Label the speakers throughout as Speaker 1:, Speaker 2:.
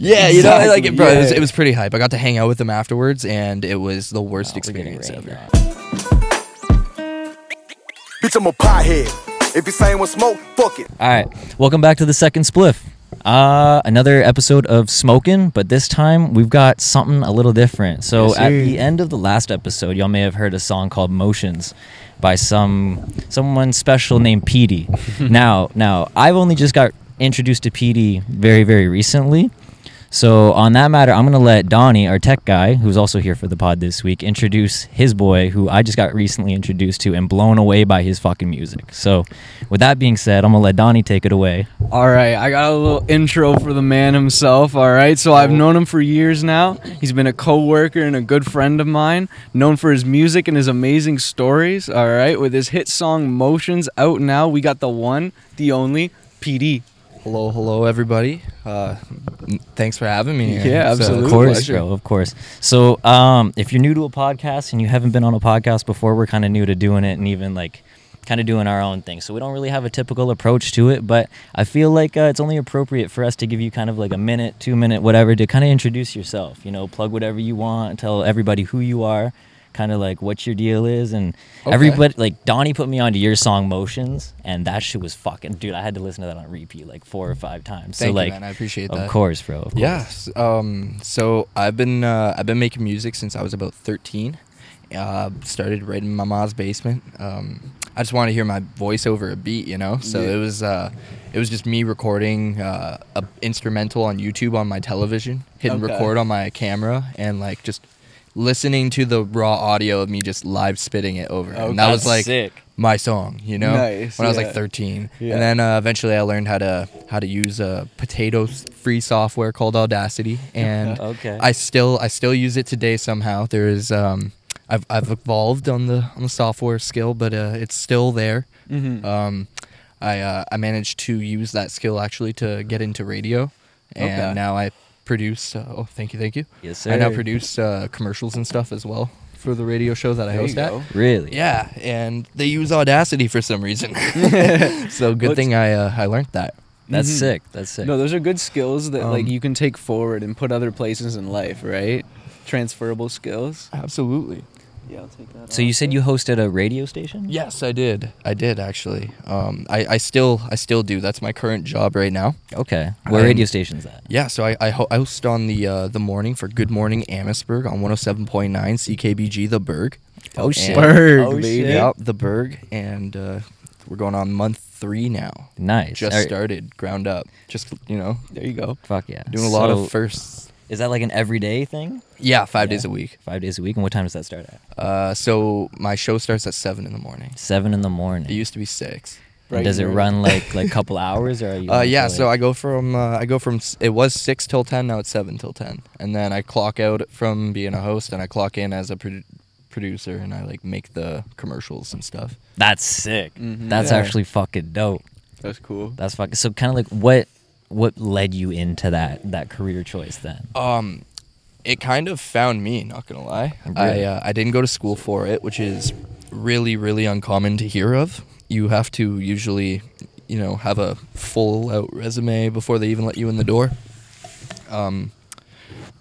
Speaker 1: Yeah, you know, I like it, bro. It, was,
Speaker 2: Yeah.
Speaker 1: it was pretty hype. I got to hang out with them afterwards, and it was the worst
Speaker 2: Oh, we're getting
Speaker 1: experience
Speaker 2: rained
Speaker 1: ever.
Speaker 2: on.
Speaker 3: Bitch, I'm a pothead. If you saying with smoke, fuck it.
Speaker 2: All right, welcome back to the second spliff. Uh, another episode of Smoking, but this time we've got something a little different. So
Speaker 4: Yes,
Speaker 2: at
Speaker 4: sir.
Speaker 2: the end of the last episode, y'all may have heard a song called "Motions" by some someone special named Petey. now, now I've only just got introduced to Petey very, very recently. So on that matter, I'm gonna let Donnie, our tech guy, who's also here for the pod this week, introduce his boy, who I just got recently introduced to and blown away by his fucking music. So, with that being said, I'm gonna let Donnie take it away.
Speaker 4: All right, I got a little intro for the man himself. All right, so I've known him for years now. He's been a coworker and a good friend of mine, known for his music and his amazing stories. All right, with his hit song "Motions" out now, we got the one, the only, PD.
Speaker 1: Hello, hello, everybody. Uh, n- thanks for having me. here.
Speaker 4: Yeah,
Speaker 1: So-
Speaker 4: absolutely.
Speaker 2: Of course,
Speaker 1: Pleasure.
Speaker 2: bro. Of course. So, um, if you're new to a podcast and you haven't been on a podcast before, we're kind of new to doing it and even like kind of doing our own thing. So we don't really have a typical approach to it, but I feel like uh, it's only appropriate for us to give you kind of like a minute, two minute, whatever, to kind of introduce yourself. You know, plug whatever you want, tell everybody who you are, kind of like what your deal is, and
Speaker 1: Okay.
Speaker 2: everybody. Like Donnie put me onto your song "Motions," and that shit was fucking dude. I had to listen to that on repeat like four or five
Speaker 1: Thank
Speaker 2: times. so
Speaker 1: you,
Speaker 2: like,
Speaker 1: man. I appreciate
Speaker 2: of
Speaker 1: that.
Speaker 2: course, bro. Of
Speaker 1: Yeah. s- Um, so I've been uh, I've been making music since I was about 13. Uh, started right in my mom's basement. Um, I just wanted to hear my voice over a beat, you know. So
Speaker 4: Yeah.
Speaker 1: it was uh, it was just me recording uh, a instrumental on YouTube on my television, hitting
Speaker 4: Okay.
Speaker 1: record on my camera, and like just listening to the raw audio of me just live spitting it over.
Speaker 4: Oh,
Speaker 1: and that was
Speaker 2: that's
Speaker 1: like
Speaker 2: sick.
Speaker 1: my song, you know,
Speaker 4: Nice,
Speaker 1: when I was like
Speaker 4: yeah.
Speaker 1: 13.
Speaker 4: Yeah.
Speaker 1: And then uh, eventually I learned how to how to use a potato s- free software called Audacity and
Speaker 2: Okay.
Speaker 1: I still I still use it today somehow. There is um I've I've evolved on the on the software skill, but uh, it's still there.
Speaker 4: Mhm.
Speaker 1: Um I uh, I managed to use that skill actually to get into radio and
Speaker 4: Okay.
Speaker 1: now I produce uh, oh thank you thank you.
Speaker 2: Yes,
Speaker 1: I now
Speaker 2: sir.
Speaker 1: produce uh, commercials and stuff as well for the radio show that I
Speaker 4: There you
Speaker 1: host at.
Speaker 4: go.
Speaker 2: Really?
Speaker 1: Yeah, and they use Audacity for some reason. so good
Speaker 4: Let's-
Speaker 1: thing I uh, I learned that.
Speaker 2: That's
Speaker 4: Mhm.
Speaker 1: Mm-hmm.
Speaker 2: sick. That's sick.
Speaker 4: No, those are good skills that like
Speaker 1: Um,
Speaker 4: you can take forward and put other places in life, right? Transferable skills.
Speaker 1: Absolutely.
Speaker 4: Yeah, I'll take that.
Speaker 2: so you said you hosted a radio station?
Speaker 1: Yes, I did. I did actually. Um, I, I still I still do. That's my current job right now.
Speaker 2: Okay. What
Speaker 1: I'm-
Speaker 2: radio station's that?
Speaker 1: Yeah, so I I, ho- I host on the uh, the morning for Good Morning Amherstburg on 107.9 CKBG The Berg.
Speaker 2: Oh
Speaker 1: shit.
Speaker 4: Berg,
Speaker 2: Oh,
Speaker 4: baby.
Speaker 2: shit.
Speaker 1: Yep, The Berg, and uh, we're going on month three now.
Speaker 2: Nice.
Speaker 1: Just
Speaker 2: Are-
Speaker 1: started, ground up. Just you know,
Speaker 4: There you go.
Speaker 2: Fuck yeah.
Speaker 1: doing a lot
Speaker 2: So,
Speaker 1: of firsts.
Speaker 2: Is that like an everyday thing?
Speaker 1: Yeah, five
Speaker 2: Yeah.
Speaker 1: days a week.
Speaker 2: Five days a week, and what time does that start at?
Speaker 1: Uh, so my show starts at seven in the morning.
Speaker 2: Seven in the morning.
Speaker 1: It used to be six.
Speaker 2: And does it
Speaker 4: Brighton,
Speaker 2: run like like couple hours, or are you?
Speaker 1: Uh,
Speaker 2: on
Speaker 1: yeah,
Speaker 2: for,
Speaker 1: so I
Speaker 2: like-
Speaker 1: go from uh, I go from s- it was six till ten. Now it's seven till ten, and then I clock out from being a host, and I clock in as a produ- producer, and I like make the commercials and stuff.
Speaker 2: That's sick.
Speaker 4: Mhm.
Speaker 2: That's
Speaker 1: Mm-hmm. Yeah.
Speaker 2: actually fucking dope.
Speaker 4: That's cool.
Speaker 2: That's fucking. So kind of like what what led you into that that career choice then?
Speaker 1: Um, it kind of found me. Not gonna lie, I
Speaker 2: Really?
Speaker 1: uh, I didn't go to school for it, which is really really uncommon to hear of. You have to usually, you know, have a full out resume before they even let you in the door. Um,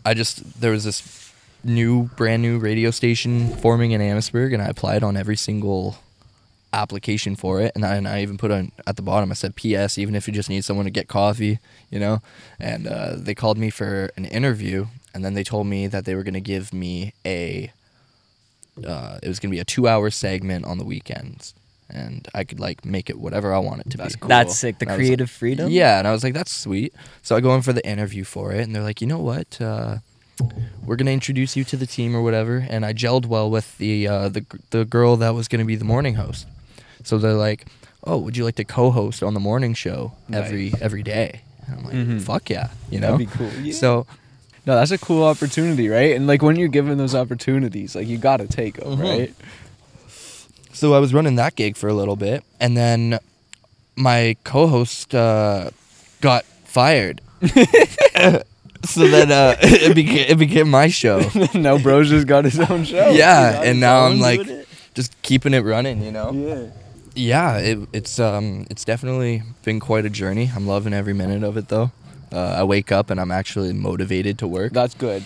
Speaker 1: I just there was this new brand new radio station forming in Amherstburg, and I applied on every single application for it and I, and I even put on at the bottom I said PS even if you just need someone to get coffee you know and uh, they called me for an interview and then they told me that they were gonna give me a uh, it was gonna be a two hour segment on the weekends and I could like make it whatever I want it to
Speaker 4: That's
Speaker 1: be
Speaker 4: cool.
Speaker 2: That's sick. The
Speaker 1: And I was like-
Speaker 2: creative freedom.
Speaker 1: yeah, and I was like, that's sweet. So I go in for the interview for it, and they're like, you know what? Uh, we're gonna introduce you to the team or whatever. And I gelled well with the uh, the g- the girl that was gonna be the morning host. So they're like, oh, would you like to co-host on the morning show every every day? And I'm like,
Speaker 4: Mhm.
Speaker 1: fuck yeah, you know.
Speaker 4: That'd be cool. Yeah.
Speaker 1: So
Speaker 4: No, that's a cool opportunity, right? And like when you're given those opportunities, like you gotta take them,
Speaker 1: Mhm.
Speaker 4: right?
Speaker 1: so I was running that gig for a little bit, and then my co-host uh, got fired. so then uh, it became it became my show.
Speaker 4: now bro's just got his own show.
Speaker 1: yeah,
Speaker 2: he's
Speaker 1: and now I'm
Speaker 2: always
Speaker 1: like
Speaker 2: doing it.
Speaker 1: just keeping it running, you know.
Speaker 4: Yeah.
Speaker 1: Yeah, it, it's um it's definitely been quite a journey. I'm loving every minute of it though. Uh, I wake up and I'm actually motivated to work.
Speaker 4: That's good.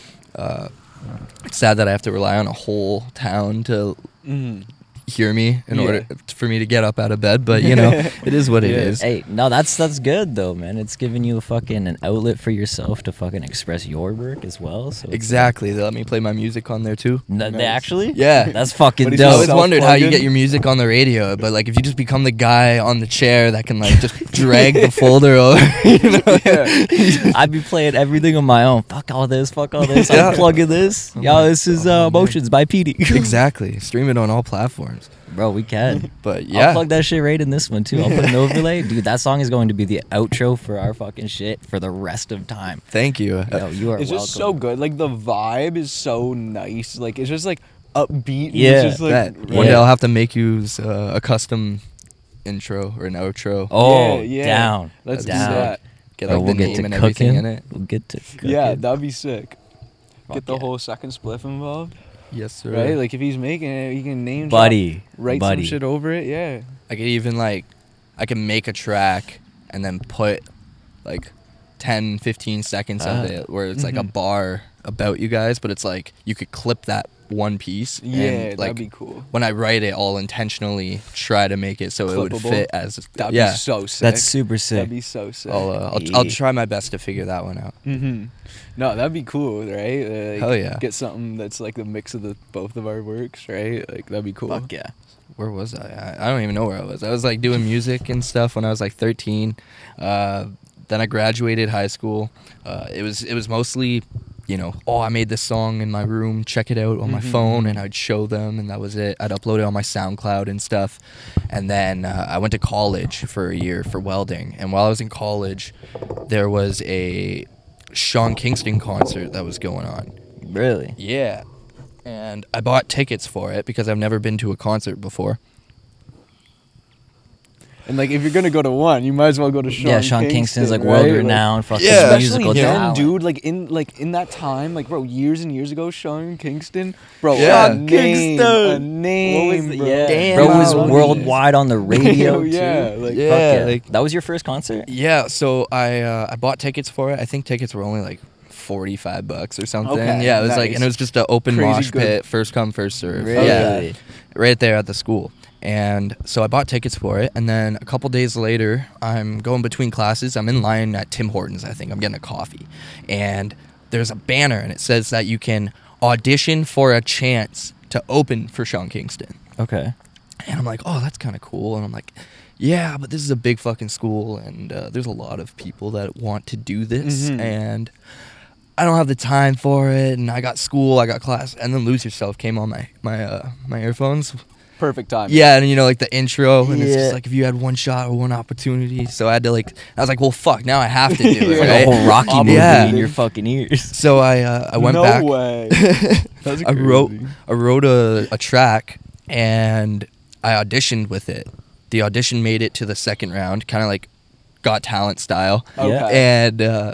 Speaker 1: It's sad that I have to rely on a whole town to
Speaker 2: Mm-hmm.
Speaker 4: Mm.
Speaker 1: hear me in
Speaker 4: Yeah.
Speaker 1: order for me to get up out of bed, but you know, it is what it
Speaker 4: Yeah.
Speaker 1: is.
Speaker 2: Hey, no, that's that's good though, man. It's giving you a fucking an outlet for yourself to fucking express your work as well. So it's-
Speaker 1: Exactly. They let me play my music on there too.
Speaker 2: N- they
Speaker 4: Nice.
Speaker 2: actually,
Speaker 1: Yeah.
Speaker 2: that's fucking
Speaker 4: But he's
Speaker 1: I
Speaker 2: dope.
Speaker 1: always
Speaker 4: Self-plugging.
Speaker 1: wondered how you get your music on the radio, but like if you just become the guy on the chair that can like just drag the folder over, you know?
Speaker 2: I'd be playing everything on my own. Fuck all this. Fuck all this.
Speaker 1: Yeah.
Speaker 2: I'm plugging this. Yo, this is
Speaker 1: Oh,
Speaker 2: uh,
Speaker 1: man.
Speaker 2: Emotions by Petey.
Speaker 1: exactly. Stream it on all platforms.
Speaker 2: Bro, we can.
Speaker 1: But
Speaker 2: I'll
Speaker 1: yeah,
Speaker 2: plug that shit right in this one too. I'll put an overlay. Dude, that song is going to be the outro for our fucking shit for the rest of time.
Speaker 1: thank you.
Speaker 2: Yo, you are
Speaker 4: It's
Speaker 2: welcome.
Speaker 4: just so good. Like the vibe is so nice. Like it's just like upbeat. and
Speaker 2: Yeah,
Speaker 4: It's just, like,
Speaker 1: that
Speaker 4: right.
Speaker 1: one day
Speaker 2: Yeah.
Speaker 1: I'll have to make you uh, a custom intro or an outro.
Speaker 2: Oh,
Speaker 4: Yeah, yeah.
Speaker 2: down.
Speaker 4: Let's
Speaker 2: down.
Speaker 4: do that.
Speaker 1: Get
Speaker 2: Bro,
Speaker 1: like the
Speaker 2: we'll
Speaker 1: name
Speaker 2: get
Speaker 1: and
Speaker 2: to
Speaker 1: everything
Speaker 2: cooking.
Speaker 1: in it.
Speaker 2: We'll get to cooking.
Speaker 4: Yeah, that'd be sick.
Speaker 2: Fuck
Speaker 4: Get the
Speaker 2: yeah.
Speaker 4: whole second spliff involved,
Speaker 1: Yes, sir.
Speaker 4: right? Like if he's making it, he can name drop,
Speaker 2: buddy,
Speaker 4: write
Speaker 2: buddy.
Speaker 4: some shit over it. Yeah.
Speaker 1: I could even like, I can make a track and then put like 10, 15 seconds
Speaker 2: Ah.
Speaker 1: of it where it's like a
Speaker 4: Mhm.
Speaker 1: bar about you guys, but it's like you could clip that one piece. and,
Speaker 4: Yeah,
Speaker 1: like
Speaker 4: that'd be cool.
Speaker 1: when I write it, I'll intentionally try to make it so it would
Speaker 4: Clippable.
Speaker 1: fit as
Speaker 4: That'd
Speaker 1: yeah.
Speaker 4: be so sick.
Speaker 2: That's super sick.
Speaker 4: That'd be so sick.
Speaker 1: I'll, uh, I'll, I'll
Speaker 2: Yeah.
Speaker 1: try my best to figure that one out.
Speaker 4: hmm No, that'd be cool, right? Uh, Like,
Speaker 1: Hell yeah.
Speaker 4: Get something that's like the mix of the both of our works, right? Like that'd be cool.
Speaker 2: Fuck yeah.
Speaker 1: where was I? I? I don't even know where I was. I was like doing music and stuff when I was like 13. Uh, then I graduated high school. Uh, it was it was mostly, you know, oh I made this song in my room. Check it out on my
Speaker 4: Mhm.
Speaker 1: phone, and I'd show them, and that was it. I'd upload it on my SoundCloud and stuff. And then uh, I went to college for a year for welding. And while I was in college, there was a Sean Kingston concert that was going on.
Speaker 2: Really?
Speaker 1: Yeah. And I bought tickets for it because I've never been to a concert before.
Speaker 4: And like if you're gonna go to one, you might as well go to Sean.
Speaker 2: yeah, Sean
Speaker 4: Kingston,
Speaker 2: Kingston's like
Speaker 4: right?
Speaker 2: world renowned, fucking
Speaker 1: Yeah. Especially
Speaker 2: musical
Speaker 1: him,
Speaker 2: talent.
Speaker 4: dude. Like in like in that time, like bro, years and years ago, Sean Kingston, bro,
Speaker 1: Yeah.
Speaker 4: a name, a
Speaker 2: Kingston.
Speaker 4: name, bro.
Speaker 2: yeah.
Speaker 1: Damn,
Speaker 2: bro
Speaker 1: I
Speaker 2: was
Speaker 1: love
Speaker 2: worldwide on the radio.
Speaker 4: yeah,
Speaker 2: too.
Speaker 4: like,
Speaker 1: Yeah,
Speaker 2: Fuck yeah.
Speaker 1: like-
Speaker 2: that was your first concert.
Speaker 1: Yeah, so I uh, I bought tickets for it. I think tickets were only like forty five bucks or something.
Speaker 4: Okay,
Speaker 1: yeah, it was like, and
Speaker 4: nice.
Speaker 1: it was just an open
Speaker 4: Crazy
Speaker 1: mosh
Speaker 4: good.
Speaker 1: pit, first come, first serve.
Speaker 2: Really?
Speaker 1: Yeah, right there at the school. And so I bought tickets for it, and then a couple days later, I'm going between classes. I'm in line at Tim Hortons, I think. I'm getting a coffee, and there's a banner, and it says that you can audition for a chance to open for Sean Kingston.
Speaker 2: Okay.
Speaker 1: And I'm like, oh, that's kind of cool. And I'm like, yeah, but this is a big fucking school, and uh, there's a lot of people that want to do this,
Speaker 2: Mm-hmm.
Speaker 4: Mhm.
Speaker 1: and I don't have the time for it. And I got school, I got class, and then lose yourself came on my my uh, my earphones.
Speaker 4: perfect time.
Speaker 1: Yeah, and you know like the intro, and it's
Speaker 2: Yeah.
Speaker 1: just like if you had one shot or one opportunity. So I had to like, I was like, well, fuck, now I have to do it.
Speaker 4: Yeah.
Speaker 2: Like
Speaker 1: right?
Speaker 2: a whole Rocky movie
Speaker 1: Yeah.
Speaker 2: in your fucking ears.
Speaker 1: So I uh, I went
Speaker 4: no
Speaker 1: back.
Speaker 4: way. That's
Speaker 1: I wrote
Speaker 4: crazy.
Speaker 1: I wrote a, a track and I auditioned with it. The audition made it to the second round, kind of like Got Talent style.
Speaker 2: Yeah.
Speaker 4: Okay.
Speaker 1: And uh,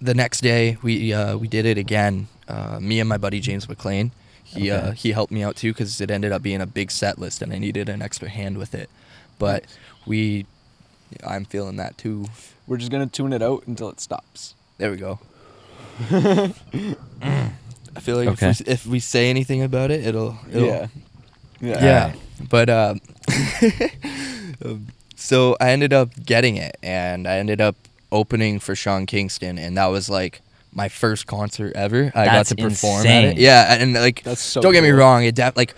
Speaker 1: the next day we uh, we did it again. Uh, me and my buddy James McLean. He uh,
Speaker 2: Okay.
Speaker 1: he helped me out too because it ended up being a big set list and I needed an extra hand with it. But we, I'm feeling that too.
Speaker 4: We're just gonna tune it out until it stops.
Speaker 1: There we go. I feel like
Speaker 2: Okay.
Speaker 1: if, we, if we say anything about it, it'll, it'll
Speaker 4: Yeah. Yeah.
Speaker 1: yeah but um, um, so i ended up getting it and i ended up opening for sean kingston and that was like my first concert ever i
Speaker 2: That's
Speaker 1: got to perform at
Speaker 2: insane.
Speaker 1: it yeah and like
Speaker 4: That's so
Speaker 1: don't get me
Speaker 4: cool.
Speaker 1: wrong it def- like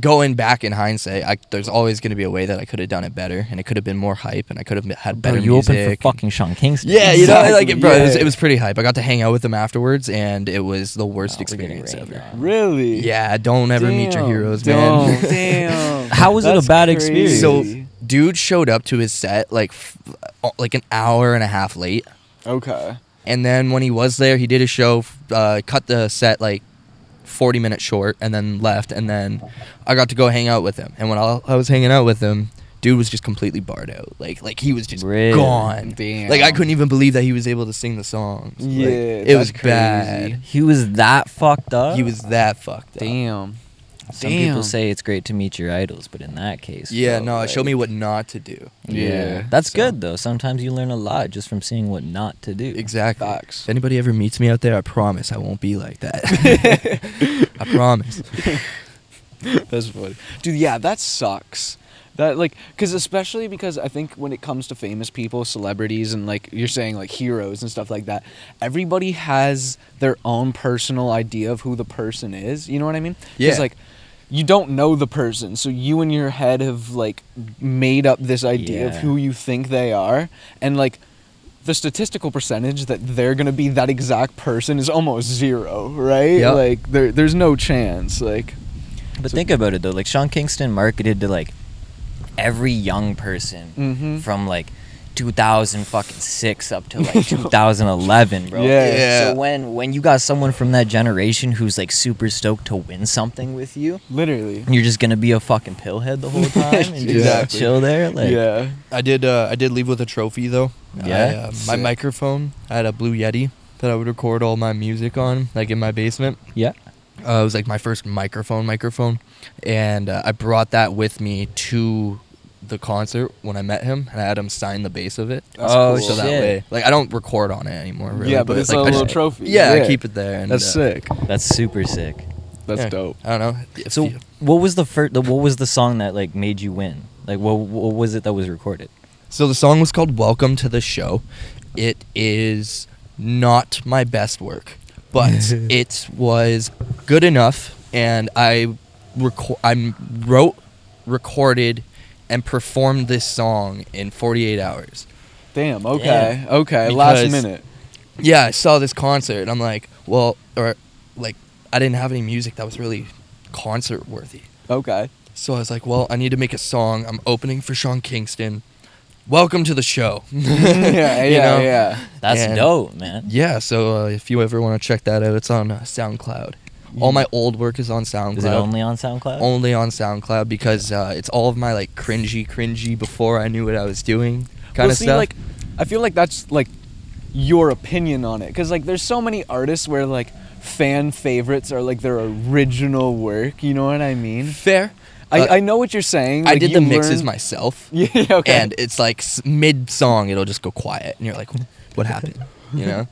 Speaker 1: going back in hindsight I, there's always going to be a way that i could have done it better and it could have been more hype and i could have had better
Speaker 2: Bro, you
Speaker 1: music
Speaker 2: opened for fucking Sean Kingston.
Speaker 1: yeah, you know, I like
Speaker 4: Exactly,
Speaker 1: it, bro. It, was,
Speaker 4: yeah.
Speaker 1: it was pretty hype. I got to hang out with him afterwards, and it was the worst
Speaker 2: Oh, we're getting
Speaker 1: experience
Speaker 2: rained
Speaker 1: ever.
Speaker 2: on.
Speaker 4: Really?
Speaker 1: Yeah, don't ever meet your
Speaker 4: Damn,
Speaker 1: heroes, man.
Speaker 4: don't, Damn.
Speaker 2: How was it a
Speaker 4: That's
Speaker 2: bad
Speaker 4: crazy.
Speaker 2: experience?
Speaker 1: So, dude showed up to his set like f- uh, like an hour and a half late,
Speaker 4: Okay.
Speaker 1: and then when he was there, he did a show, f- uh, cut the set like forty minutes short, and then left. And then I got to go hang out with him. And when I, I was hanging out with him, dude was just completely barred out. Like like he was just
Speaker 2: Really?
Speaker 1: gone.
Speaker 4: Damn.
Speaker 1: Like I couldn't even believe that he was able to sing the songs. Like,
Speaker 4: Yeah,
Speaker 1: it was
Speaker 4: that's crazy.
Speaker 1: bad.
Speaker 2: he was that fucked up.
Speaker 1: He was that fucked. up.
Speaker 4: Damn.
Speaker 2: Some
Speaker 5: Damn.
Speaker 2: people say it's great to meet your idols, but in that case,
Speaker 1: Yeah,
Speaker 2: bro,
Speaker 1: no,
Speaker 2: like-
Speaker 1: it showed me what not to do.
Speaker 5: Yeah,
Speaker 2: That's
Speaker 5: so-
Speaker 2: good though. Sometimes you learn a lot just from seeing what not to do.
Speaker 1: Exactly.
Speaker 5: Facts.
Speaker 1: If anybody ever meets me out there, I promise I won't be like that. I promise.
Speaker 5: That's funny, dude. Yeah, that sucks. That like, because especially because I think when it comes to famous people, celebrities, and like you're saying like heroes and stuff like that, everybody has their own personal idea of who the person is. You know what I mean? 'Cause,
Speaker 1: Yeah.
Speaker 5: Like, you don't know the person, so you in your head have like made up this idea of
Speaker 2: Yeah.
Speaker 5: who you think they are, and like. The statistical percentage that they're gonna be that exact person is almost zero, right?
Speaker 1: Yep.
Speaker 5: Like there, there's no chance. Like,
Speaker 2: But
Speaker 5: So-
Speaker 2: think about it though. Like Sean Kingston marketed to like every young person
Speaker 5: Mhm.
Speaker 2: from like 2000 fucking six up to like 2011, bro.
Speaker 5: Yeah.
Speaker 1: Yeah.
Speaker 2: So when when you got someone from that generation who's like super stoked to win something with you,
Speaker 5: literally.
Speaker 2: you're just gonna be a fucking pillhead the whole time and just
Speaker 1: Exactly.
Speaker 2: chill there. Like,
Speaker 5: yeah.
Speaker 1: I did. Uh, I did leave with a trophy though. I,
Speaker 2: Yeah?
Speaker 1: uh, my
Speaker 5: Sick.
Speaker 1: microphone. I had a Blue Yeti that I would record all my music on, like in my basement.
Speaker 2: yeah.
Speaker 1: Uh, it was like my first microphone, microphone, and uh, I brought that with me to the concert when I met him, and I had him sign the base of it.
Speaker 5: That's
Speaker 2: oh
Speaker 5: cool.
Speaker 1: So that
Speaker 2: shit.
Speaker 1: way, like I don't record on it anymore. Really,
Speaker 5: yeah, but, it's
Speaker 1: like,
Speaker 5: a
Speaker 1: I
Speaker 5: little
Speaker 1: just-
Speaker 5: trophy.
Speaker 1: Yeah, I keep it there. And,
Speaker 5: That's
Speaker 1: uh,
Speaker 5: sick.
Speaker 2: That's super sick.
Speaker 5: That's
Speaker 1: yeah,
Speaker 5: dope.
Speaker 1: I don't know. If
Speaker 2: So
Speaker 1: you-
Speaker 2: what was the first? What was the song that like made you win? Like what what was it that was recorded?
Speaker 1: So the song was called "Welcome to the Show." It is not my best work, but it was good enough, and I reco- I wrote, recorded, and performed this song in 48 hours.
Speaker 5: Damn. Okay.
Speaker 2: Yeah.
Speaker 5: Okay. Last
Speaker 1: Because-
Speaker 5: minute.
Speaker 1: Yeah, I saw this concert, and I'm like, well, or like, I didn't have any music that was really concert worthy.
Speaker 5: Okay.
Speaker 1: So I was like, well, I need to make a song. I'm opening for Sean Kingston. Welcome to the show.
Speaker 5: yeah. Yeah.
Speaker 1: You know?
Speaker 5: Yeah.
Speaker 2: That's
Speaker 1: And-
Speaker 2: dope, man.
Speaker 1: Yeah, so uh, if you ever want to check that out, it's on uh, SoundCloud. All my old work is on SoundCloud.
Speaker 2: Is it only on SoundCloud?
Speaker 1: Only on SoundCloud because uh, it's all of my like cringy, cringy before I knew what I was doing kind
Speaker 5: Well,
Speaker 1: of
Speaker 5: see,
Speaker 1: stuff.
Speaker 5: Like, I feel like that's like your opinion on it, because like there's so many artists where like fan favorites are like their original work. You know what I mean?
Speaker 1: Fair. Uh,
Speaker 5: I, I know what you're saying.
Speaker 1: I
Speaker 5: like,
Speaker 1: did
Speaker 5: you
Speaker 1: the mixes
Speaker 5: learn-
Speaker 1: myself,
Speaker 5: Yeah. Okay.
Speaker 1: and it's like s- mid song, it'll just go quiet, and you're like, "What happened?" You know.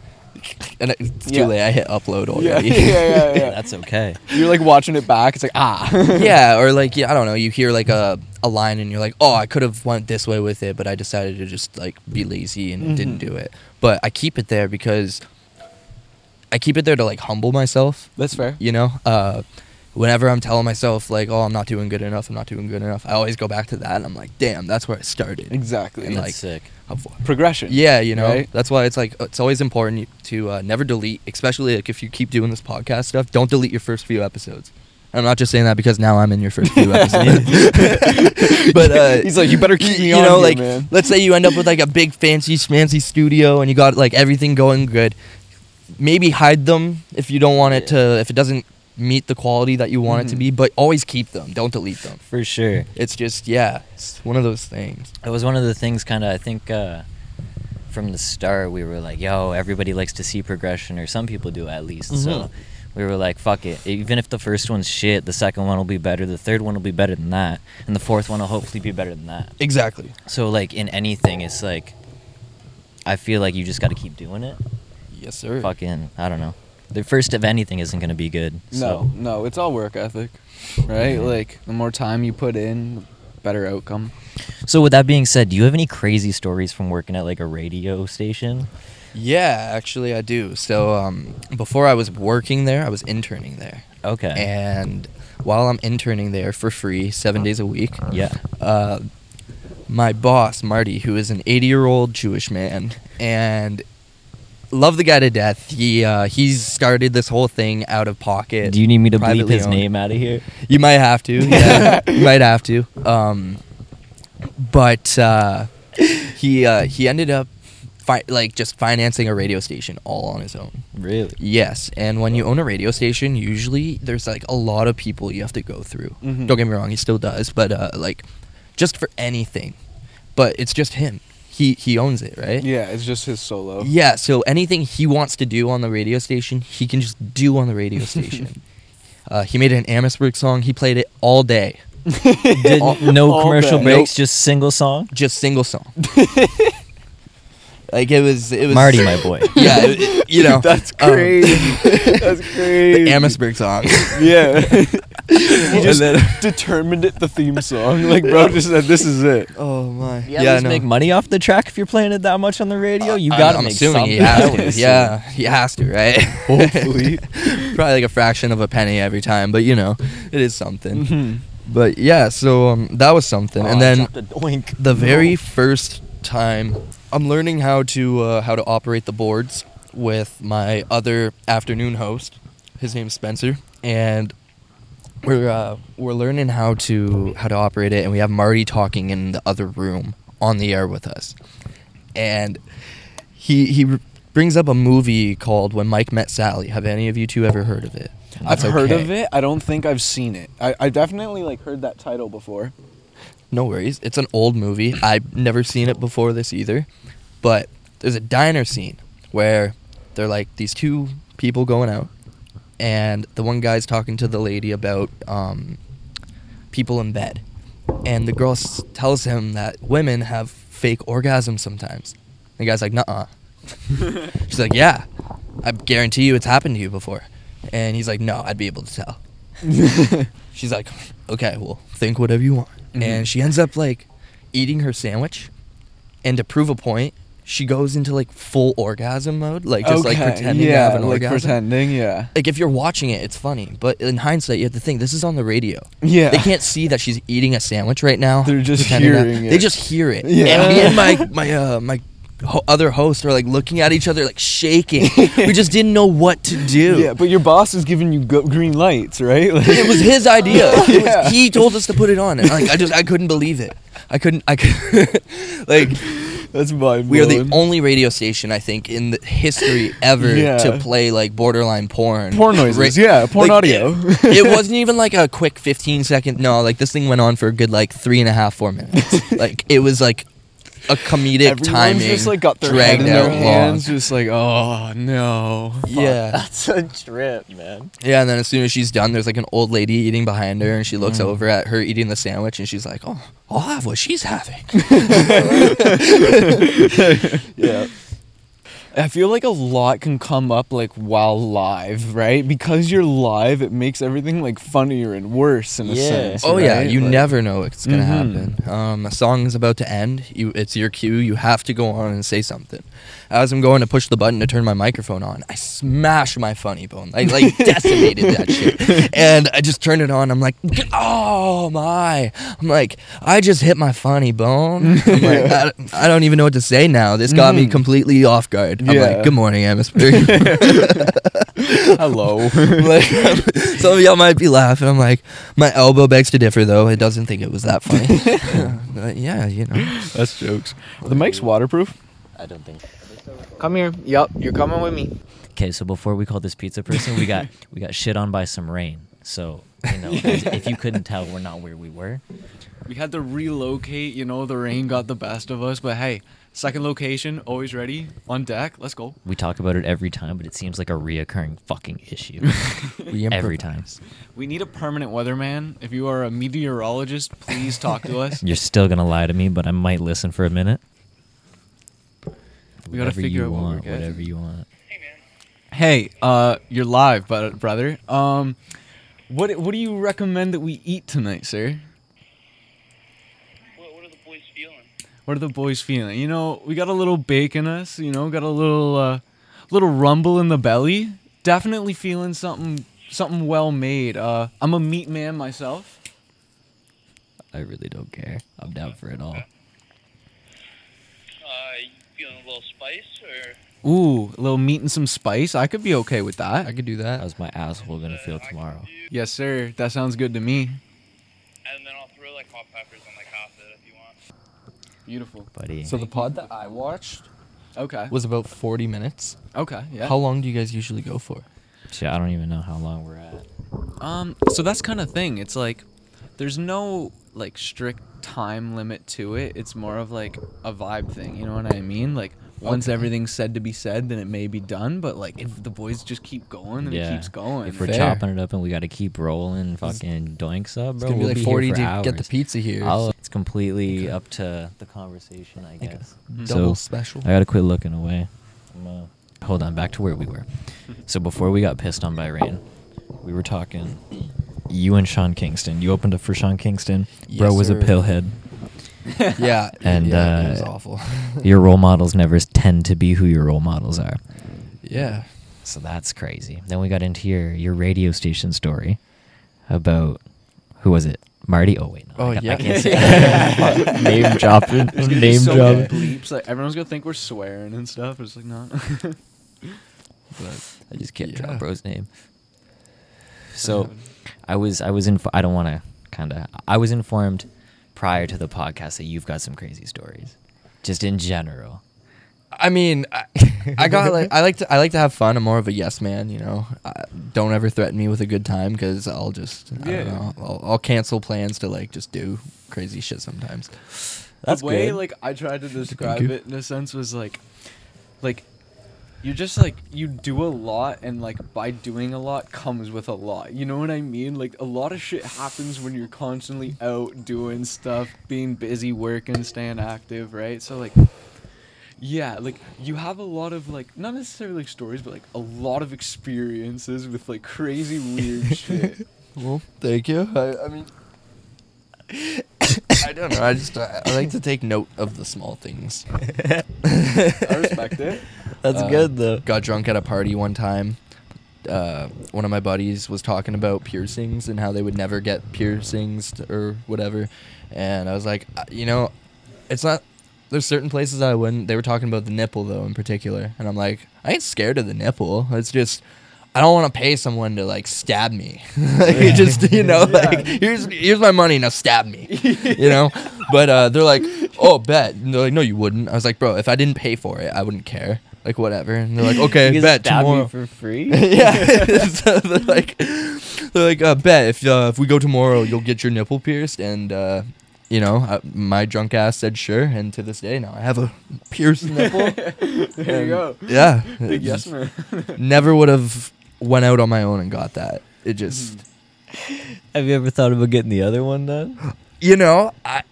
Speaker 1: And it's too
Speaker 5: Yeah.
Speaker 1: late. I hit upload
Speaker 5: yeah,
Speaker 1: already.
Speaker 5: yeah. Yeah. Yeah.
Speaker 2: That's okay.
Speaker 5: You're like watching it back. It's like ah.
Speaker 1: yeah, or like yeah, I don't know. You hear like a a line and you're like, oh, I could have went this way with it, but I decided to just like be lazy and didn't do it. But I keep it there because I keep it there to like humble myself.
Speaker 5: That's fair.
Speaker 1: You know, uh, whenever I'm telling myself like, oh, I'm not doing good enough, I'm not doing good enough, I always go back to that. And I'm like, damn, that's where I started.
Speaker 5: Exactly.
Speaker 1: And,
Speaker 2: That's
Speaker 1: like-
Speaker 2: sick.
Speaker 1: Of-
Speaker 5: progression.
Speaker 1: Yeah, you know,
Speaker 5: Right?
Speaker 1: that's why it's like uh, it's always important to uh, never delete, especially like if you keep doing this podcast stuff. Don't delete your first few episodes. I'm not just saying that because now I'm in your first few episodes. but uh,
Speaker 5: He's like, "You better keep me
Speaker 1: you
Speaker 5: on
Speaker 1: know,
Speaker 5: here,
Speaker 1: like,
Speaker 5: man."
Speaker 1: let's say you end up with like a big fancy schmancy studio and you got like everything going good. Maybe hide them if you don't want it to, if it doesn't meet the quality that you want it to
Speaker 5: Mm-hmm.
Speaker 1: be. But always keep them. Don't delete them.
Speaker 2: For sure.
Speaker 1: It's just yeah, it's one of those things.
Speaker 2: It was one of the things kind of I think uh from the start we were like, yo, everybody likes to see progression or some people do at least.
Speaker 1: Mhm.
Speaker 2: So we were like, fuck it. Even if the first one's shit, the second one will be better, the third one will be better than that, and the fourth one will hopefully be better than that.
Speaker 1: Exactly.
Speaker 2: So like in anything, it's like I feel like you just got to keep doing it.
Speaker 1: Yes,
Speaker 2: Mm.
Speaker 1: sir.
Speaker 2: Fucking, I don't know. The first of anything isn't gonna be good.
Speaker 5: No,
Speaker 2: So.
Speaker 5: no, it's all work ethic, right? Like the more time you put in, the better outcome.
Speaker 2: So with that being said, do you have any crazy stories from working at like a radio station?
Speaker 1: Yeah, actually, I do. So um, before I was working there, I was interning there,
Speaker 2: Okay.
Speaker 1: and while I'm interning there for free, seven days a week,
Speaker 2: yeah.
Speaker 1: uh, my boss Marty, who is an 80 year old Jewish man, and love the guy to death. He uh, he's started this whole thing out of pocket.
Speaker 2: Do you need me to bleep
Speaker 1: privately
Speaker 2: his
Speaker 1: owned.
Speaker 2: name out of here?
Speaker 1: You might have to. Yeah, you might have to. Um, but uh, he uh, he ended up fi- like just financing a radio station all on his own.
Speaker 2: Really?
Speaker 1: Yes, and when you own a radio station, usually there's like a lot of people you have to go through.
Speaker 5: Mhm.
Speaker 1: Don't get me wrong, he still does, but uh, like just for anything. But it's just him. He he owns it, right?
Speaker 5: Yeah, it's just his solo.
Speaker 1: Yeah, so anything he wants to do on the radio station, he can just do on the radio station. Uh, he made an Amherstburg song. He played it all day,
Speaker 2: Did, no
Speaker 5: all
Speaker 2: commercial
Speaker 5: day.
Speaker 2: breaks, just single song.
Speaker 1: just single song. like it was, it was
Speaker 2: Marty, my boy.
Speaker 1: Yeah, it- it- you know
Speaker 5: That's
Speaker 1: um,
Speaker 5: crazy. That's crazy.
Speaker 1: the Amherstburg song.
Speaker 5: Yeah. he just determined it the theme song. Like, bro just said, this is it.
Speaker 1: oh my.
Speaker 2: You yeah, make money off the track if you're playing it that much on the radio. You got to
Speaker 1: I'm
Speaker 2: make
Speaker 1: assuming
Speaker 2: something.
Speaker 1: he
Speaker 2: I
Speaker 1: has
Speaker 2: would
Speaker 1: to.
Speaker 2: assume.
Speaker 1: Yeah, he has to, right?
Speaker 5: Hopefully.
Speaker 1: Probably like a fraction of a penny every time, but you know, it is something.
Speaker 5: Mm-hmm.
Speaker 1: But yeah, so um, that was something,
Speaker 2: Mm-hmm. Oh, I
Speaker 1: and then
Speaker 2: dropped a doink.
Speaker 1: the very first time I'm learning how to uh, how to operate the boards with my other afternoon host. His name's Spencer, and we're uh, we're learning how to how to operate it, and we have Marty talking in the other room on the air with us, and he he r- brings up a movie called When Mike Met Sally. Have any of you two ever heard of it?
Speaker 5: I've
Speaker 1: That's
Speaker 5: heard
Speaker 1: okay.
Speaker 5: of it. I don't think I've seen it. I, I definitely like heard that title before.
Speaker 1: No worries. It's an old movie. I've never seen it before this either. But there's a diner scene where they're like these two people going out, and the one guy's talking to the lady about um, people in bed. And the girl s- tells him that women have fake orgasms sometimes. The guy's like, nuh uh. She's like, yeah, I guarantee you it's happened to you before. And he's like, no, I'd be able to tell. She's like, okay, well, think whatever you want.
Speaker 5: Mm-hmm.
Speaker 1: And she ends up like eating her sandwich. And to prove a point, she goes into like full orgasm mode, like just like pretending
Speaker 5: yeah,
Speaker 1: to have an
Speaker 5: like
Speaker 1: orgasm.
Speaker 5: pretending, yeah.
Speaker 1: Like if you're watching it, it's funny, but in hindsight, you have to think this is on the radio.
Speaker 5: Yeah.
Speaker 1: They can't see that she's eating a sandwich right now.
Speaker 5: They're just
Speaker 1: pretending that-
Speaker 5: hearing it.
Speaker 1: They just hear it.
Speaker 5: Yeah.
Speaker 1: And me and my my uh, my ho- other hosts are like looking at each other, like shaking. we just didn't know what to do.
Speaker 5: Yeah, but your boss is giving you go- green lights, right? Like,
Speaker 1: It was his idea. It was-
Speaker 5: Yeah.
Speaker 1: he told us to put it on, and like I just I couldn't believe it. I couldn't. I could, like
Speaker 5: that's mind
Speaker 1: we are the only radio station I think in the history ever
Speaker 5: Yeah.
Speaker 1: to play like borderline porn.
Speaker 5: porn noises.
Speaker 1: Ra-
Speaker 5: yeah, porn
Speaker 1: like,
Speaker 5: audio.
Speaker 1: It, it wasn't even like a quick fifteen second. No, like this thing went on for a good like three and a half four minutes. like it was like a comedic
Speaker 5: Everyone's
Speaker 1: timing.
Speaker 5: just like got their head
Speaker 1: dragged
Speaker 5: in their
Speaker 1: out long.
Speaker 5: hands,
Speaker 4: just like, oh no.
Speaker 1: Yeah,
Speaker 2: That's a trip, man.
Speaker 1: yeah, and then as soon as she's done, there's like an old lady eating behind her, and she looks over at her eating the sandwich, and she's like, "Oh, I'll have what she's having."
Speaker 5: yeah.
Speaker 4: I feel like a lot can come up like while live, right?
Speaker 5: Because you're live, it makes everything like funnier and worse in a
Speaker 2: Yeah.
Speaker 5: sense.
Speaker 1: Oh yeah,
Speaker 5: right?
Speaker 1: you
Speaker 5: Like-
Speaker 1: never know it's gonna
Speaker 5: Mhm.
Speaker 1: happen. Um, a song is about to end. You, it's your cue. You have to go on and say something. As I'm going to push the button to turn my microphone on, I smash my funny bone. I like decimated that shit, and I just turn it on. I'm like, oh my! I'm like, I just hit my funny bone. I'm like, I, I don't even know what to say now. This got me completely off guard. I'm
Speaker 5: Mm. Yeah.
Speaker 1: like, good morning, Amherstburg.
Speaker 5: Hello.
Speaker 1: like, some of y'all might be laughing. I'm like, my elbow begs to differ, though. It doesn't think it was that funny. but yeah, you know.
Speaker 5: That's jokes. The mic's waterproof.
Speaker 2: I don't think.
Speaker 4: Come here. Yup, you're coming with me.
Speaker 2: Okay, so before we call this pizza person, we got we got shit on by some rain. So you know, as- if you couldn't tell, we're not where we were.
Speaker 4: We had to relocate, you know, the rain got the best of us, but hey, second location, always ready, on deck, let's go.
Speaker 2: We talk about it every time, but it seems like a reoccurring fucking issue
Speaker 1: We
Speaker 2: every
Speaker 1: improvise.
Speaker 2: time.
Speaker 4: We need a permanent weatherman. If you are a meteorologist, please talk to us.
Speaker 2: You're still gonna lie to me, but I might listen for a minute.
Speaker 4: We gotta
Speaker 2: Whatever
Speaker 4: figure
Speaker 2: you
Speaker 4: out what we're
Speaker 2: want,
Speaker 4: getting.
Speaker 2: whatever you want.
Speaker 4: Hey, uh, you're live, but brother. Um, what what do you recommend that we eat tonight, sir?
Speaker 6: What, what are the boys feeling?
Speaker 4: What are the boys feeling? You know, we got a little bake in us. You know, got a little uh, little rumble in the belly. Definitely feeling something something well made. Uh, I'm a meat man myself.
Speaker 2: I really don't care. I'm down for it all.
Speaker 6: Uh, you feeling a little spice or?
Speaker 4: Ooh, a little meat and some spice. I could be okay with
Speaker 1: I
Speaker 4: that.
Speaker 1: could do that.
Speaker 2: How's my asshole gonna feel tomorrow?
Speaker 4: Yes, sir. That sounds good to me.
Speaker 6: And then I'll throw like hot peppers on the top of it if you want.
Speaker 4: Beautiful.
Speaker 2: Buddy.
Speaker 5: So the pod that I watched,
Speaker 4: Okay.
Speaker 1: was about 40 minutes.
Speaker 4: Okay. Yeah.
Speaker 1: How long do you guys usually go for?
Speaker 2: Shit, I don't even know how long we're at.
Speaker 4: Um, so that's kind of thing. It's like there's no like strict time limit to it. It's more of like a vibe thing. You know what I mean? Like
Speaker 5: once everything's said to be said, then it may be done. But like if the boys just keep going, then it keeps going.
Speaker 2: If we're
Speaker 1: Fair.
Speaker 2: chopping it up and we got to keep rolling, fucking doinks up,
Speaker 1: It's
Speaker 2: bro.
Speaker 1: gonna be
Speaker 2: we'll
Speaker 1: like
Speaker 2: be
Speaker 1: 40
Speaker 2: here for
Speaker 1: to get the
Speaker 2: hours.
Speaker 1: pizza here.
Speaker 2: I'll- it's completely up to the conversation, I guess.
Speaker 1: Mm-hmm. Double
Speaker 2: So
Speaker 1: special.
Speaker 2: I gotta quit looking away. I'm, uh, hold on, back to where we were. So before we got pissed on by rain, we were talking. You and Sean Kingston. You opened up for Sean Kingston. Bro
Speaker 1: Yes,
Speaker 2: was a
Speaker 1: sir.
Speaker 2: pillhead.
Speaker 1: yeah,
Speaker 2: And,
Speaker 1: yeah, it
Speaker 2: uh,
Speaker 1: was awful.
Speaker 2: Your role models never tend to be who your role models are.
Speaker 1: yeah,
Speaker 2: So that's crazy. Then we got into your your radio station story about who was it? Marty. Oh wait, no,
Speaker 1: Oh,
Speaker 2: I, ca-
Speaker 1: yeah.
Speaker 2: I can't say name dropping. Name
Speaker 5: so many
Speaker 2: dropping.
Speaker 5: bleeps, like everyone's gonna think we're swearing and stuff. It's like not.
Speaker 1: but
Speaker 2: I just can't drop
Speaker 1: Yeah.
Speaker 2: bro's name. So I was I was in I don't want to kind of I was informed prior to the podcast that you've got some crazy stories just in general.
Speaker 1: I mean, I, I got like I like to I like to have fun. I'm more of a yes man, you know. I, don't ever threaten me with a good time because I'll just I
Speaker 5: Yeah.
Speaker 1: don't know, I'll, I'll cancel plans to like just do crazy shit sometimes.
Speaker 2: That's
Speaker 5: the way
Speaker 2: good.
Speaker 5: like I tried to describe
Speaker 1: you.
Speaker 5: it in a sense was like like you're just like you do a lot and like by doing a lot comes with a lot. You know what I mean? Like a lot of shit happens when you're constantly out doing stuff, being busy, working, staying active, right? So like yeah, like you have a lot of like not necessarily like stories, but like a lot of experiences with like crazy weird shit.
Speaker 1: Well, thank you. I, I mean, I don't know. I just I, I like to take note of the small things.
Speaker 5: I respect it.
Speaker 2: That's
Speaker 1: Uh,
Speaker 2: good though.
Speaker 1: Got drunk at a party one time. Uh, one of my buddies was talking about piercings and how they would never get piercings t- or whatever, and I was like, "Uh, you know, it's not. There's certain places I wouldn't. They were talking about the nipple though in particular, and I'm like, I ain't scared of the nipple. It's just. I don't want to pay someone to like stab me. like, you just you know like here's here's my money now stab me. You know, but uh, they're like, oh bet. And they're like, no, you wouldn't. I was like, bro, if I didn't pay for it, I wouldn't care. Like whatever. And they're like, okay, bet tomorrow.
Speaker 2: for free.
Speaker 1: yeah. so they're like, they're like, uh, bet if uh, if we go tomorrow, you'll get your nipple pierced. And uh, you know, I, my drunk ass said sure. And to this day, now I have a pierced nipple.
Speaker 5: There you go.
Speaker 1: yeah.
Speaker 5: Big yes man.
Speaker 1: Never would have went out on my own and got that. It just,
Speaker 2: Have you ever thought about getting the other one done?
Speaker 1: you know, I.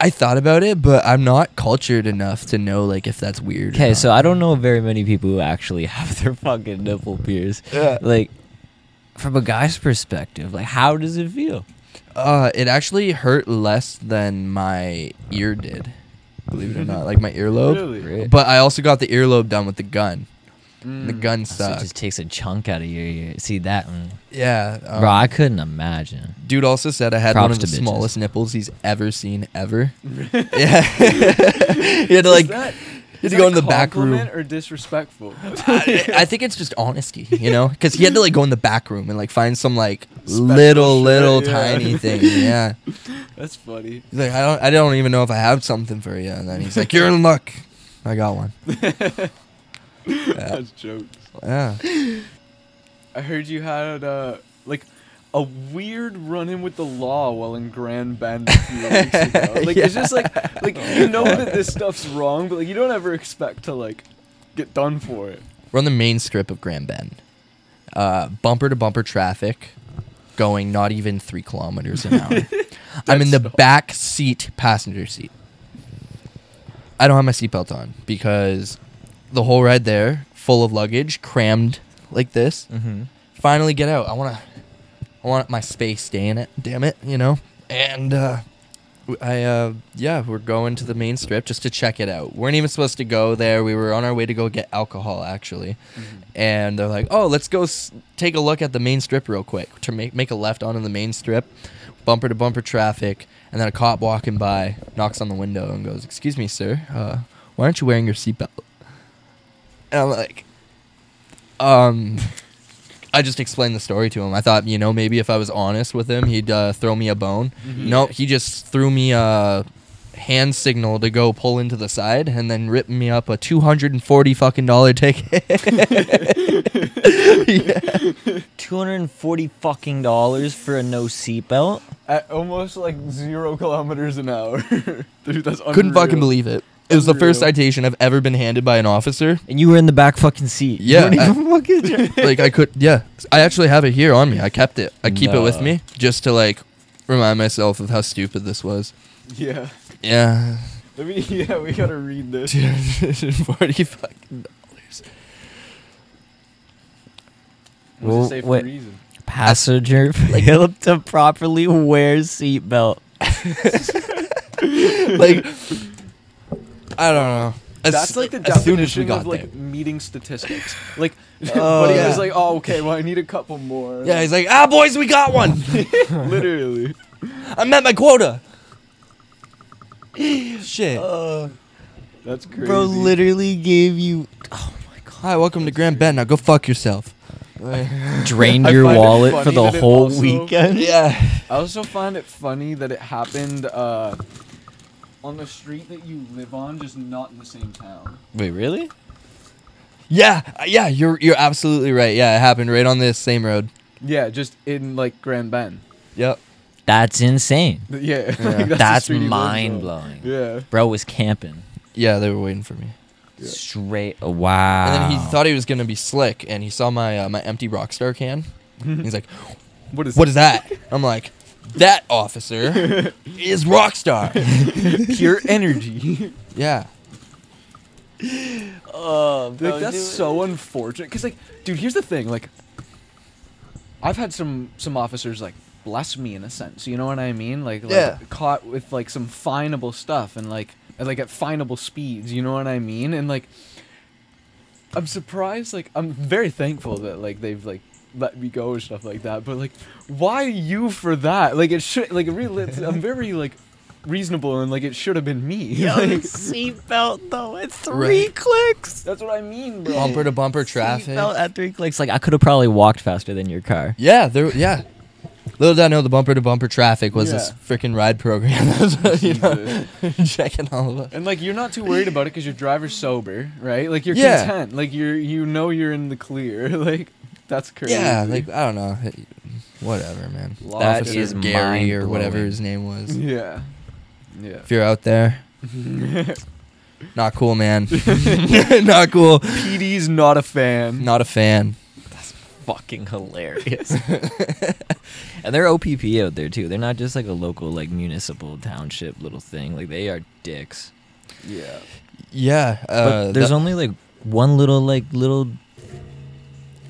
Speaker 1: I thought about it, but I'm not cultured enough to know like if that's weird. or
Speaker 2: Okay,
Speaker 1: not.
Speaker 2: so I don't know very many people who actually have their fucking nipple pierced. Like from a guy's perspective, like how does it feel?
Speaker 1: Uh, it actually hurt less than my ear did. Believe it or not, like my earlobe.
Speaker 5: Really?
Speaker 2: Really?
Speaker 1: But I also got the earlobe done with the gun.
Speaker 5: Mm.
Speaker 1: The
Speaker 5: Hmm.
Speaker 1: gun
Speaker 2: So it
Speaker 1: sucked.
Speaker 2: just takes a chunk out of your ear. See that one,
Speaker 1: yeah. um,
Speaker 2: bro? I couldn't imagine.
Speaker 1: Dude also said I had one
Speaker 2: Props
Speaker 1: of the
Speaker 2: to bitches.
Speaker 1: smallest nipples he's ever seen ever. yeah. he had to like.
Speaker 5: Is that-
Speaker 1: he had
Speaker 5: is
Speaker 1: to
Speaker 5: that
Speaker 1: go
Speaker 5: a
Speaker 1: in the back room.
Speaker 5: compliment or disrespectful?
Speaker 1: I, I think it's just honesty, you know, because he had to like go in the back room and like find some like little, little
Speaker 5: yeah.
Speaker 1: tiny thing. Yeah.
Speaker 5: That's funny.
Speaker 1: He's like, I don't, I don't even know if I have something for you. And then he's like, You're in luck. I got one.
Speaker 5: That's jokes.
Speaker 1: Yeah.
Speaker 5: I heard you had uh, like a weird run-in with the law while in Grand Bend a few weeks ago. Like it's just like like you know that this stuff's wrong, but like you don't ever expect to like get done for it.
Speaker 1: We're on the main strip of Grand Bend. Uh, bumper to bumper traffic, going not even three kilometers an hour. I'm in the back seat, passenger seat. I don't have my seatbelt on because the whole ride there, full of luggage, crammed like this.
Speaker 2: Mm-hmm.
Speaker 1: Finally, get out. I want to. I want my space. Stay in it. Damn it, you know. And uh, w- I, uh, yeah, we're going to the main strip just to check it out. We weren't even supposed to go there. We were on our way to go get alcohol, actually. And they're like, oh, let's go s- take a look at the main strip real quick to make, make a left onto the main strip, bumper to bumper traffic. And then a cop walking by knocks on the window and goes, excuse me, sir, uh, why aren't you wearing your seatbelt? And I'm like, um, I just explained the story to him. I thought, you know, maybe if I was honest with him, he'd uh, throw me a bone. No, he just threw me a hand signal to go pull into the side and then ripped me up a 240 fucking dollar ticket.
Speaker 2: Two hundred and forty fucking dollars for a no seatbelt.
Speaker 5: At almost like zero kilometers an hour, dude. That's
Speaker 1: Couldn't fucking
Speaker 5: unreal.
Speaker 1: believe it. It was the first
Speaker 4: Unreal.
Speaker 1: citation I've ever been handed by an officer.
Speaker 2: and you were in the back fucking seat. You
Speaker 1: Yeah,
Speaker 2: don't
Speaker 1: I-
Speaker 2: even look at your-
Speaker 1: Like I could, yeah. I actually have it here on me. I kept it. I keep it with
Speaker 5: Nah.
Speaker 1: me just to like remind myself of how stupid this was.
Speaker 5: Yeah.
Speaker 1: Yeah,
Speaker 5: Let me, yeah, we gotta read this.
Speaker 1: forty fucking dollars.
Speaker 2: Well,
Speaker 4: say for
Speaker 2: wait.
Speaker 4: reason?
Speaker 2: Passenger failed to properly wear seatbelt.
Speaker 1: Like I don't know. As-
Speaker 5: That's like the
Speaker 1: as soon as
Speaker 5: definition
Speaker 1: we got
Speaker 5: of like
Speaker 1: there.
Speaker 5: meeting statistics. Like, but he
Speaker 1: yeah.
Speaker 5: was like, "Oh, okay. Well, I need a couple more."
Speaker 1: Yeah, he's like, ah, boys, we got one.
Speaker 5: literally.
Speaker 1: I met my quota. Shit.
Speaker 5: Oh, That's crazy.
Speaker 2: Bro literally gave you
Speaker 5: oh
Speaker 1: Hi, welcome to Grand Bend. Now go fuck yourself.
Speaker 2: drained
Speaker 5: I
Speaker 2: your
Speaker 5: find it
Speaker 2: wallet
Speaker 5: funny
Speaker 2: for the
Speaker 5: that it
Speaker 2: whole
Speaker 5: also-
Speaker 2: weekend.
Speaker 1: Yeah.
Speaker 5: I also find it funny that it happened uh, on the street that you live on, just not in the same town.
Speaker 2: Wait, really?
Speaker 1: Yeah, uh, yeah, you're you're absolutely right. Yeah, it happened right on this same road.
Speaker 5: Yeah, just in like Grand Bend.
Speaker 1: Yep.
Speaker 2: That's insane.
Speaker 5: Th- Yeah, like, the
Speaker 2: That's,
Speaker 5: street he lives on.
Speaker 2: mind blowing.
Speaker 5: Yeah,
Speaker 2: Bro was camping
Speaker 1: Yeah, they were waiting for me.
Speaker 2: straight. uh, Wow.
Speaker 1: And then he thought he was gonna be slick, and he saw my uh, my empty Rockstar can. he's like,
Speaker 5: what is
Speaker 1: "What is that?" I'm like, "That officer is Rockstar."
Speaker 5: pure energy?
Speaker 1: yeah.
Speaker 5: like that's so unfortunate. Cause like, dude, here's the thing. Like, I've had some some officers like bless me in a sense. You know what I mean? Like, like
Speaker 1: Yeah.
Speaker 5: caught with like some finable stuff and like and, like at finable speeds. You know what I mean? And like, I'm surprised. Like, I'm very thankful that like they've like let me go and stuff like that. But like, why you for that? Like, it should like really. I'm very like reasonable and like it should have been me. Like,
Speaker 2: seatbelt though at
Speaker 1: three Right.
Speaker 2: clicks.
Speaker 5: that's what I mean, bro.
Speaker 1: Bumper to bumper traffic.
Speaker 2: Seatbelt at three clicks. Like I could have probably walked faster than your car.
Speaker 1: Yeah, there. Yeah. Little did I know the bumper to bumper traffic was this
Speaker 5: Yeah.
Speaker 1: freaking ride program. you know, checking all of us.
Speaker 5: And like you're not too worried about it because your driver's sober, right? Like you're
Speaker 1: Yeah.
Speaker 5: content. Like you're you know you're in the clear. Like that's crazy.
Speaker 1: Yeah, like I don't know, whatever, man.
Speaker 5: Law
Speaker 2: That
Speaker 1: Officer
Speaker 2: is
Speaker 1: Gary or
Speaker 2: mind-blowing.
Speaker 1: whatever his name was.
Speaker 5: yeah, yeah.
Speaker 1: If you're out there, not cool, man. not cool.
Speaker 5: PD's not a fan.
Speaker 1: Not a fan.
Speaker 2: Fucking hilarious. and they're OPP out there too. They're not just like a local like municipal township little thing. Like they are dicks.
Speaker 5: Yeah.
Speaker 1: Yeah,
Speaker 2: But
Speaker 1: uh,
Speaker 2: there's
Speaker 1: that-
Speaker 2: only like one little like little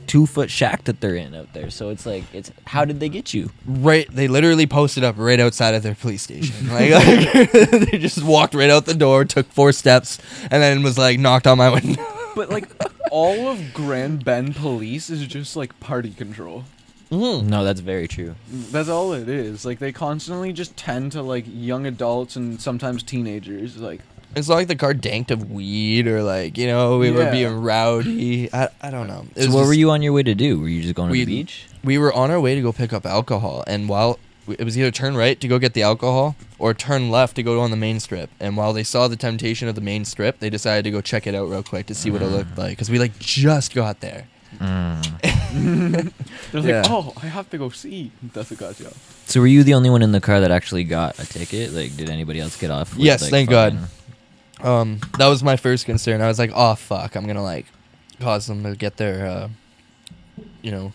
Speaker 2: two foot shack that they're in out there. So it's like it's how did they get you?
Speaker 1: right. They literally posted up right outside of their police station. Like, like, they just walked right out the door, took four steps, and then was like knocked on my window.
Speaker 5: But like all of Grand Bend police is just like party control.
Speaker 2: No, that's very true.
Speaker 5: That's all it is. Like they constantly just tend to like young adults and sometimes teenagers. Like
Speaker 1: It's not like the car danked of weed or like you know we were
Speaker 5: Yeah.
Speaker 1: being rowdy. I, I don't know. It
Speaker 2: So
Speaker 1: was
Speaker 2: what
Speaker 1: just-
Speaker 2: were you on your way to do? Were you just going to
Speaker 1: we
Speaker 2: the beach?
Speaker 1: we were on our way to go pick up alcohol, and while it was either turn right to go get the alcohol or turn left to go on the main strip. And while they saw the temptation of the main strip, they decided to go check it out real quick to see what it looked like because we like just got there.
Speaker 2: Mm.
Speaker 5: they're
Speaker 1: Yeah.
Speaker 5: like, oh, I have to go see. That's a gotcha.
Speaker 2: So were you the only one in the car that actually got a ticket? Like, did anybody else get off?
Speaker 1: Yes,
Speaker 2: like,
Speaker 1: thank God.
Speaker 2: fucking-
Speaker 1: Um, that was my first concern. I was like, oh fuck, I'm gonna like cause them to get their, uh, you know,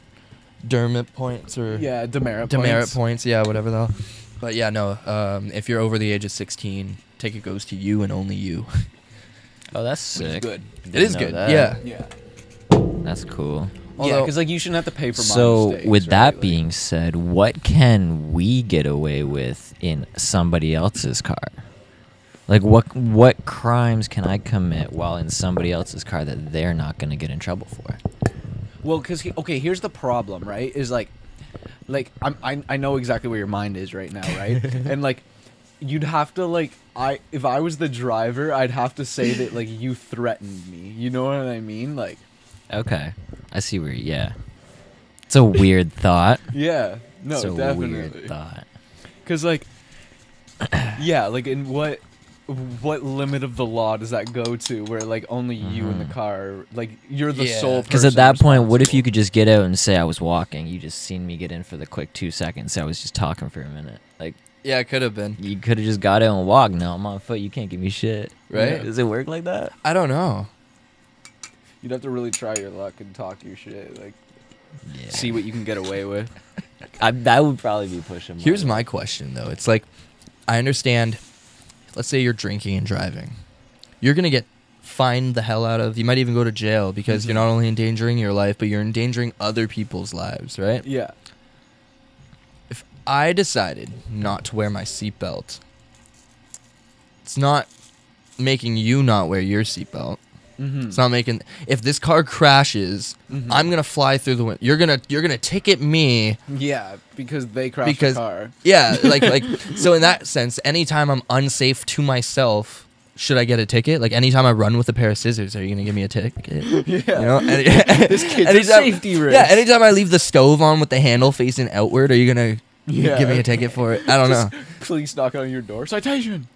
Speaker 1: dermit points or
Speaker 5: Yeah, demerit.
Speaker 1: demerit
Speaker 5: points.
Speaker 1: points. yeah, whatever though. But yeah, no. Um, if you're over the age of 16, ticket goes to you and only you.
Speaker 2: Oh, that's sick.
Speaker 5: Good.
Speaker 2: Didn't
Speaker 1: It is
Speaker 2: know
Speaker 1: good.
Speaker 2: that.
Speaker 1: Yeah.
Speaker 5: Yeah.
Speaker 2: that's cool.
Speaker 5: yeah,
Speaker 1: Although-
Speaker 5: because like you shouldn't have to pay for.
Speaker 2: So,
Speaker 5: minor mistakes,
Speaker 2: with
Speaker 5: right?
Speaker 2: that
Speaker 5: Like-
Speaker 2: being said, what can we get away with in somebody else's car? Like, what what crimes can I commit while in somebody else's car that they're not going to get in trouble for?
Speaker 5: Well, because he, okay, here's the problem, right? Is like, like I'm, I I know exactly where your mind is right now, right? and like, you'd have to like I if I was the driver, I'd have to say that like you threatened me. You know what I mean? Like,
Speaker 2: Okay, I see where. Yeah, it's a weird thought.
Speaker 5: yeah, no,
Speaker 2: it's a
Speaker 5: definitely.
Speaker 2: weird thought.
Speaker 5: Because like, yeah, like in what what limit of the law does that go to where like only you in the car like you're the
Speaker 1: Yeah.
Speaker 5: sole person
Speaker 2: Because Mm-hmm. at that point, what if you could just get out and say I was walking? You just seen me get in for the quick two seconds. I was just talking for a minute. Like
Speaker 1: Yeah, it could have been.
Speaker 2: You could have just got it and walked. Now I'm on foot. You can't give me shit.
Speaker 1: Right?
Speaker 2: Yeah, Does it work like that?
Speaker 1: I don't know.
Speaker 5: You'd have to really try your luck and talk your shit, like
Speaker 2: Yeah.
Speaker 5: see what you can get away with.
Speaker 2: I, that would probably be pushing.
Speaker 1: Here's my question though. It's like I understand let's say you're drinking and driving. You're going to get fined the hell out of. You might even go to jail because you're not only endangering your life, but you're endangering other people's lives, right?
Speaker 5: Yeah.
Speaker 1: If I decided not to wear my seatbelt, it's not making you not wear your seatbelt.
Speaker 5: Mm-hmm.
Speaker 1: It's not making. If this car crashes, I'm gonna fly through the window. You're gonna you're gonna ticket me
Speaker 5: Yeah, because they crashed
Speaker 1: because
Speaker 5: the car.
Speaker 1: yeah, like like so in that sense, anytime I'm unsafe to myself, should I get a ticket? Like anytime I run with a pair of scissors, are you gonna give me a ticket? Yeah. You know, any, this
Speaker 5: kid's a safety risk.
Speaker 1: Yeah, anytime I leave the stove on with the handle facing outward, are you gonna
Speaker 5: Yeah.
Speaker 1: give me a ticket for it? I don't
Speaker 5: Just
Speaker 1: know.
Speaker 5: Police knock on your door. Citation.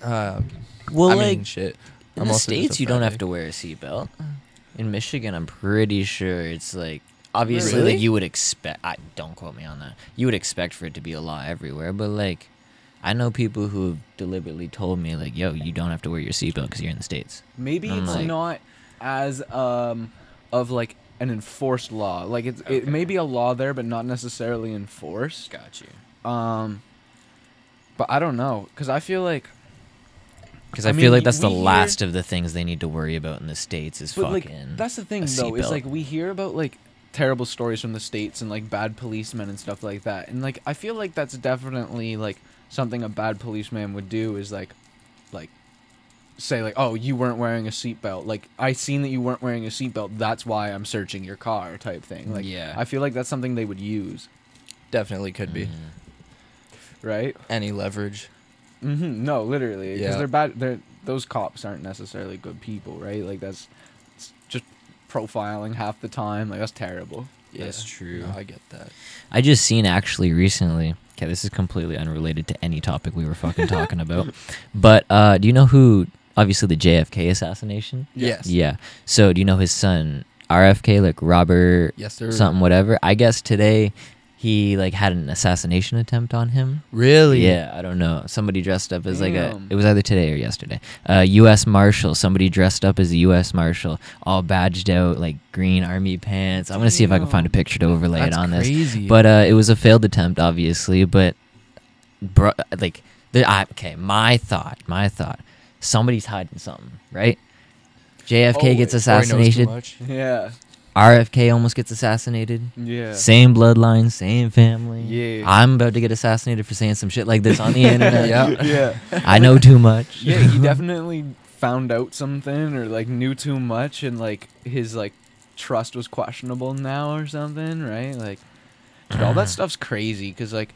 Speaker 1: Uh,
Speaker 2: well,
Speaker 1: I
Speaker 2: like
Speaker 1: mean, shit.
Speaker 2: in
Speaker 1: I'm
Speaker 2: the
Speaker 1: also just
Speaker 2: states,
Speaker 1: a
Speaker 2: you don't
Speaker 1: fat
Speaker 2: have
Speaker 1: dick.
Speaker 2: to wear a seatbelt. In Michigan, I'm pretty sure it's like obviously
Speaker 1: Really?
Speaker 2: like you would expect. I don't quote me on that. You would expect for it to be a law everywhere, but like I know people who have deliberately told me like, "Yo, you don't have to wear your seatbelt because you're in the states."
Speaker 5: Maybe
Speaker 2: I'm
Speaker 5: it's
Speaker 2: like-
Speaker 5: not as um of like an enforced law. Like it's it may be a law there, but not necessarily enforced.
Speaker 2: Got you.
Speaker 5: Um, but I don't know, cause I feel like
Speaker 2: Because I,
Speaker 5: I
Speaker 2: feel
Speaker 5: mean,
Speaker 2: like that's the
Speaker 5: we hear-
Speaker 2: last of the things they need to worry about in the states is
Speaker 5: But
Speaker 2: fucking.
Speaker 5: like that's the thing
Speaker 2: a
Speaker 5: though,
Speaker 2: seatbelt.
Speaker 5: is like we hear about like terrible stories from the states and like bad policemen and stuff like that. And like I feel like that's definitely like something a bad policeman would do is like like say like, "Oh, you weren't wearing a seatbelt. Like I seen that you weren't wearing a seatbelt. That's why I'm searching your car." type thing. Like
Speaker 2: Yeah.
Speaker 5: I feel like that's something they would use,
Speaker 1: Definitely could be
Speaker 2: Mm.
Speaker 5: right?
Speaker 1: any leverage.
Speaker 5: Mhm. No, literally, because
Speaker 1: Yeah.
Speaker 5: they're bad. They're those cops aren't necessarily good people, right? Like that's it's just profiling half the time. Like that's terrible.
Speaker 1: Yeah.
Speaker 2: That's true.
Speaker 1: No, I get that.
Speaker 2: I just seen actually recently. Okay, this is completely unrelated to any topic we were fucking talking about. But uh, do you know who? Obviously, the JFK assassination.
Speaker 1: Yes.
Speaker 2: Yeah. So do you know his son RFK, like Robert
Speaker 1: Yes, sir.
Speaker 2: something whatever? I guess today he like had an assassination attempt on him.
Speaker 1: Really?
Speaker 2: Yeah, I don't know. Somebody dressed up as like a.
Speaker 5: Damn.
Speaker 2: It was either today or yesterday. Uh, U.S. Marshal. Somebody dressed up as a U.S. Marshal, all badged out, like green army pants. I'm gonna see if I can find a
Speaker 5: Damn.
Speaker 2: picture to overlay
Speaker 1: That's
Speaker 2: it on this.
Speaker 1: crazy.
Speaker 2: But uh, it was a failed attempt, obviously. But, bro, like, the, I, okay, my thought, my thought. Somebody's hiding something, right?
Speaker 1: Or he
Speaker 2: JFK gets
Speaker 1: Oh, knows too
Speaker 2: assassinated.
Speaker 1: much.
Speaker 5: Yeah.
Speaker 2: RFK almost gets assassinated.
Speaker 5: Yeah.
Speaker 2: Same bloodline, same family.
Speaker 5: Yeah.
Speaker 2: I'm about to get assassinated for saying some shit like this on the internet.
Speaker 1: Yeah.
Speaker 5: yeah.
Speaker 2: I know too much.
Speaker 5: Yeah, he definitely found out something or like knew too much and like his like trust was questionable now or something, right? Like dude, all
Speaker 2: Mm-hmm.
Speaker 5: that stuff's crazy cuz like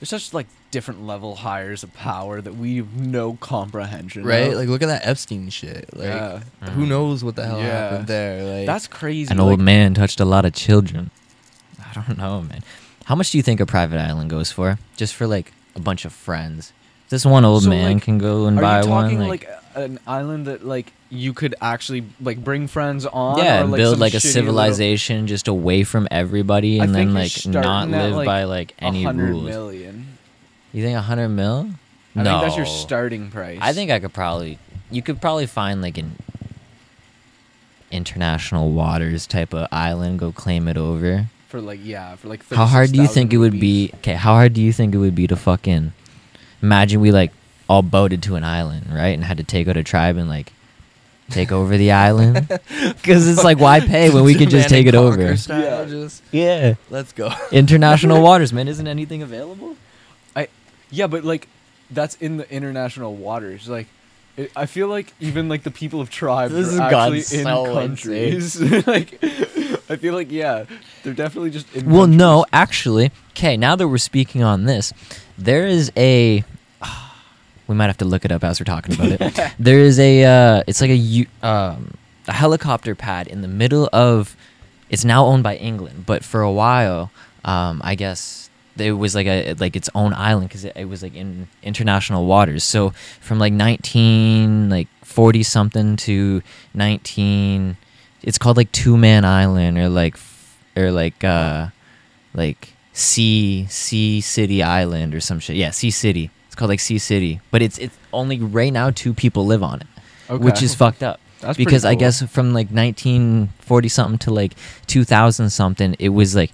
Speaker 5: there's such like different level hires of power that we have no comprehension
Speaker 1: right?
Speaker 5: of.
Speaker 1: Like, look at that Epstein shit. Like,
Speaker 5: Yeah.
Speaker 1: who knows what the hell
Speaker 5: Yeah.
Speaker 1: happened there? Like,
Speaker 5: that's crazy.
Speaker 2: An old
Speaker 5: like-
Speaker 2: man touched a lot of children. I don't know, man. How much do you think a private island goes for? Just for like a bunch of friends. This one old
Speaker 5: So,
Speaker 2: man
Speaker 5: like,
Speaker 2: can go and
Speaker 5: Are
Speaker 2: buy
Speaker 5: you talking
Speaker 2: one.
Speaker 5: like, a- an island that like you could actually like bring friends on
Speaker 2: yeah,
Speaker 5: or,
Speaker 2: and
Speaker 5: like,
Speaker 2: build
Speaker 5: some
Speaker 2: like a
Speaker 5: shitty little-
Speaker 2: civilization just away from everybody,
Speaker 5: I
Speaker 2: and
Speaker 5: think
Speaker 2: then
Speaker 5: you're
Speaker 2: like
Speaker 5: starting
Speaker 2: not
Speaker 5: at,
Speaker 2: live
Speaker 5: like,
Speaker 2: by like any
Speaker 5: 100
Speaker 2: rules.
Speaker 5: million.
Speaker 2: You think a hundred mil?
Speaker 5: I
Speaker 2: no,
Speaker 5: think that's your starting price.
Speaker 2: I think I could probably. You could probably find like an international waters type of island, go claim it over.
Speaker 5: for like yeah for like
Speaker 2: How hard do you think
Speaker 5: 36,000
Speaker 2: it would
Speaker 5: rupees.
Speaker 2: be? Okay, how hard do you think it would be to fucking imagine we like all boated to an island, right, and had to take out a tribe and like take over the island? Because it's like, why pay when we can just
Speaker 1: Man
Speaker 2: take it
Speaker 1: and
Speaker 2: over?
Speaker 1: Conquer style,
Speaker 5: Yeah.
Speaker 1: just-
Speaker 2: Yeah,
Speaker 1: let's go.
Speaker 2: international waters, man. Isn't anything available?
Speaker 5: I, yeah, but like, that's in the international waters. Like, it, I feel like even like the people of tribes
Speaker 2: This has
Speaker 5: are
Speaker 2: gone
Speaker 5: actually in
Speaker 2: so
Speaker 5: countries. like, I feel like yeah, they're definitely just in.
Speaker 2: Well,
Speaker 5: countries.
Speaker 2: no, actually. Okay, now that we're speaking on this, there is a. We might have to look it up as we're talking about it. there is a. Uh, it's like a u- um, a helicopter pad in the middle of. It's now owned by England, but for a while, um, I guess it was like a like its own island because it, it was like in international waters. So from like nineteen like forty something to nineteen, it's called like Two Man Island or like f- or like uh like Sea Sea City Island or some shit. Yeah, Sea City. It's called like Sea City, but it's it's only right now two people live on it, which
Speaker 5: Okay.
Speaker 2: is fucked up.
Speaker 5: That's pretty
Speaker 2: because I
Speaker 5: cool.
Speaker 2: guess from like 1940 something to like 2000 something, it was like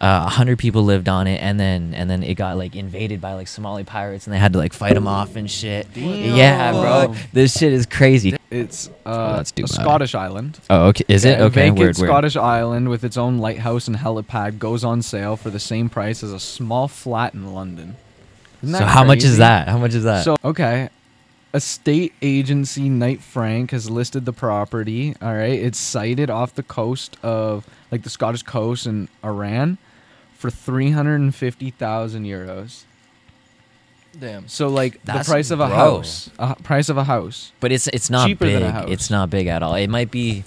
Speaker 2: uh, 100 people lived on it, and then and then it got like invaded by like Somali pirates, and they had to like fight them off and shit. Yeah, bro,
Speaker 5: Fuck.
Speaker 2: this shit is crazy.
Speaker 5: It's uh,
Speaker 2: Oh, that's too
Speaker 5: a
Speaker 2: bad.
Speaker 5: Scottish island.
Speaker 2: Oh, okay, is it
Speaker 5: Yeah, a
Speaker 2: okay?
Speaker 5: Vacant
Speaker 2: Weird, weird.
Speaker 5: Scottish island with its own lighthouse and helipad goes on sale for the same price as a small flat in London. Isn't
Speaker 2: So
Speaker 5: that
Speaker 2: how much is
Speaker 5: crazy?
Speaker 2: that? How much is that?
Speaker 5: So okay, estate agency Knight Frank has listed the property. All right, it's sited off the coast of like the Scottish coast in Iran for three hundred and fifty thousand euros.
Speaker 1: Damn.
Speaker 5: So like
Speaker 2: That's-
Speaker 5: the price of a
Speaker 2: bro.
Speaker 5: house, a h- price of a house.
Speaker 2: But it's it's not
Speaker 5: Cheaper
Speaker 2: big.
Speaker 5: than a house.
Speaker 2: It's not big at all. It might be.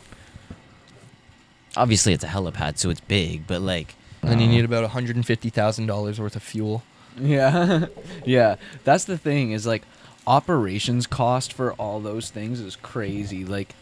Speaker 2: Obviously, it's a helipad, so it's big. But like,
Speaker 1: Then you need about hundred and fifty thousand dollars worth of fuel.
Speaker 5: Yeah, yeah. That's the thing is like operations cost for all those things is crazy. Like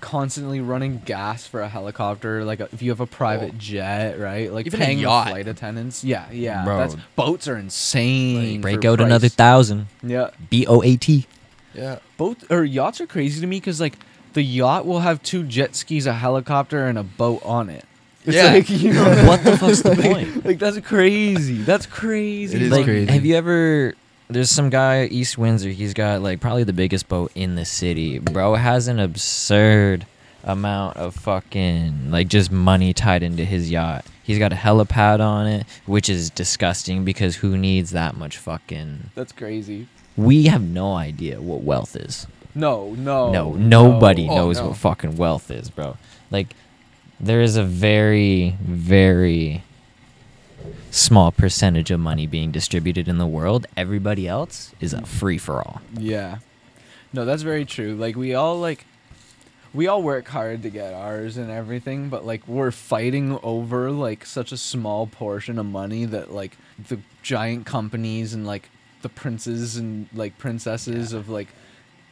Speaker 5: constantly running gas for a helicopter. Like if you have a private jet, right? Like
Speaker 1: Even a
Speaker 5: paying the
Speaker 1: yacht.
Speaker 5: flight attendants. Yeah, yeah.
Speaker 2: Bro.
Speaker 5: That's boats are insane.
Speaker 2: break
Speaker 5: for
Speaker 2: out another
Speaker 5: price.
Speaker 2: thousand.
Speaker 5: yeah,
Speaker 2: B O A T.
Speaker 1: Yeah.
Speaker 5: boat or yachts are crazy to me because like the yacht will have two jet skis, a helicopter, and a boat on it. It's
Speaker 1: Yeah.
Speaker 5: like, you know,
Speaker 2: What the fuck's the point?
Speaker 5: like that's crazy. That's crazy.
Speaker 1: It is
Speaker 2: like,
Speaker 1: crazy.
Speaker 2: Have you ever? There's some guy East Windsor. He's got like probably the biggest boat in the city. Bro has an absurd amount of fucking like just money tied into his yacht. He's got a helipad on it, which is disgusting because who needs that much fucking?
Speaker 5: That's crazy.
Speaker 2: We have no idea what wealth is.
Speaker 5: No, no,
Speaker 2: no, nobody
Speaker 1: Oh,
Speaker 2: knows
Speaker 1: no.
Speaker 2: what fucking wealth is, bro. Like, there is a very, very small percentage of money being distributed in the world. Everybody else is a free for all.
Speaker 5: Yeah. No, that's very true. Like we all like we all work hard to get ours and everything, but like we're fighting over like such a small portion of money that like the giant companies and like the princes and like princesses of like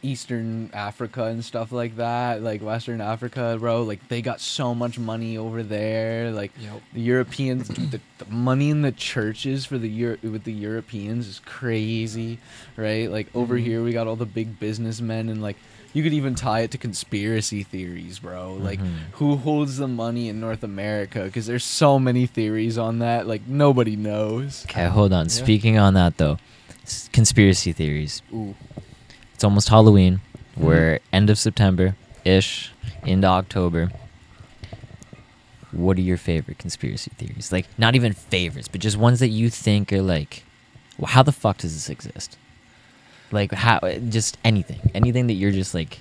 Speaker 5: Eastern Africa and stuff like that, like Western Africa, bro. Like they got so much money over there. Like
Speaker 1: Yep.
Speaker 5: the Europeans, dude, the, the money in the churches for the Euro- with the Europeans is crazy, right? Like over
Speaker 1: Mm-hmm.
Speaker 5: here, we got all the big businessmen and like you could even tie it to conspiracy theories, bro. Like
Speaker 1: Mm-hmm.
Speaker 5: who holds the money in North America? Because there's so many theories on that. Like nobody knows.
Speaker 2: Okay, hold on. Speaking on that, though, s- conspiracy theories.
Speaker 1: Ooh. Mm-hmm.
Speaker 2: It's almost Halloween. We're end of September ish, into October. What are your favorite conspiracy theories? Like, not even favorites, but just ones that you think are like, well, how the fuck does this exist? Like, how, uh, just anything. Anything that you're just like,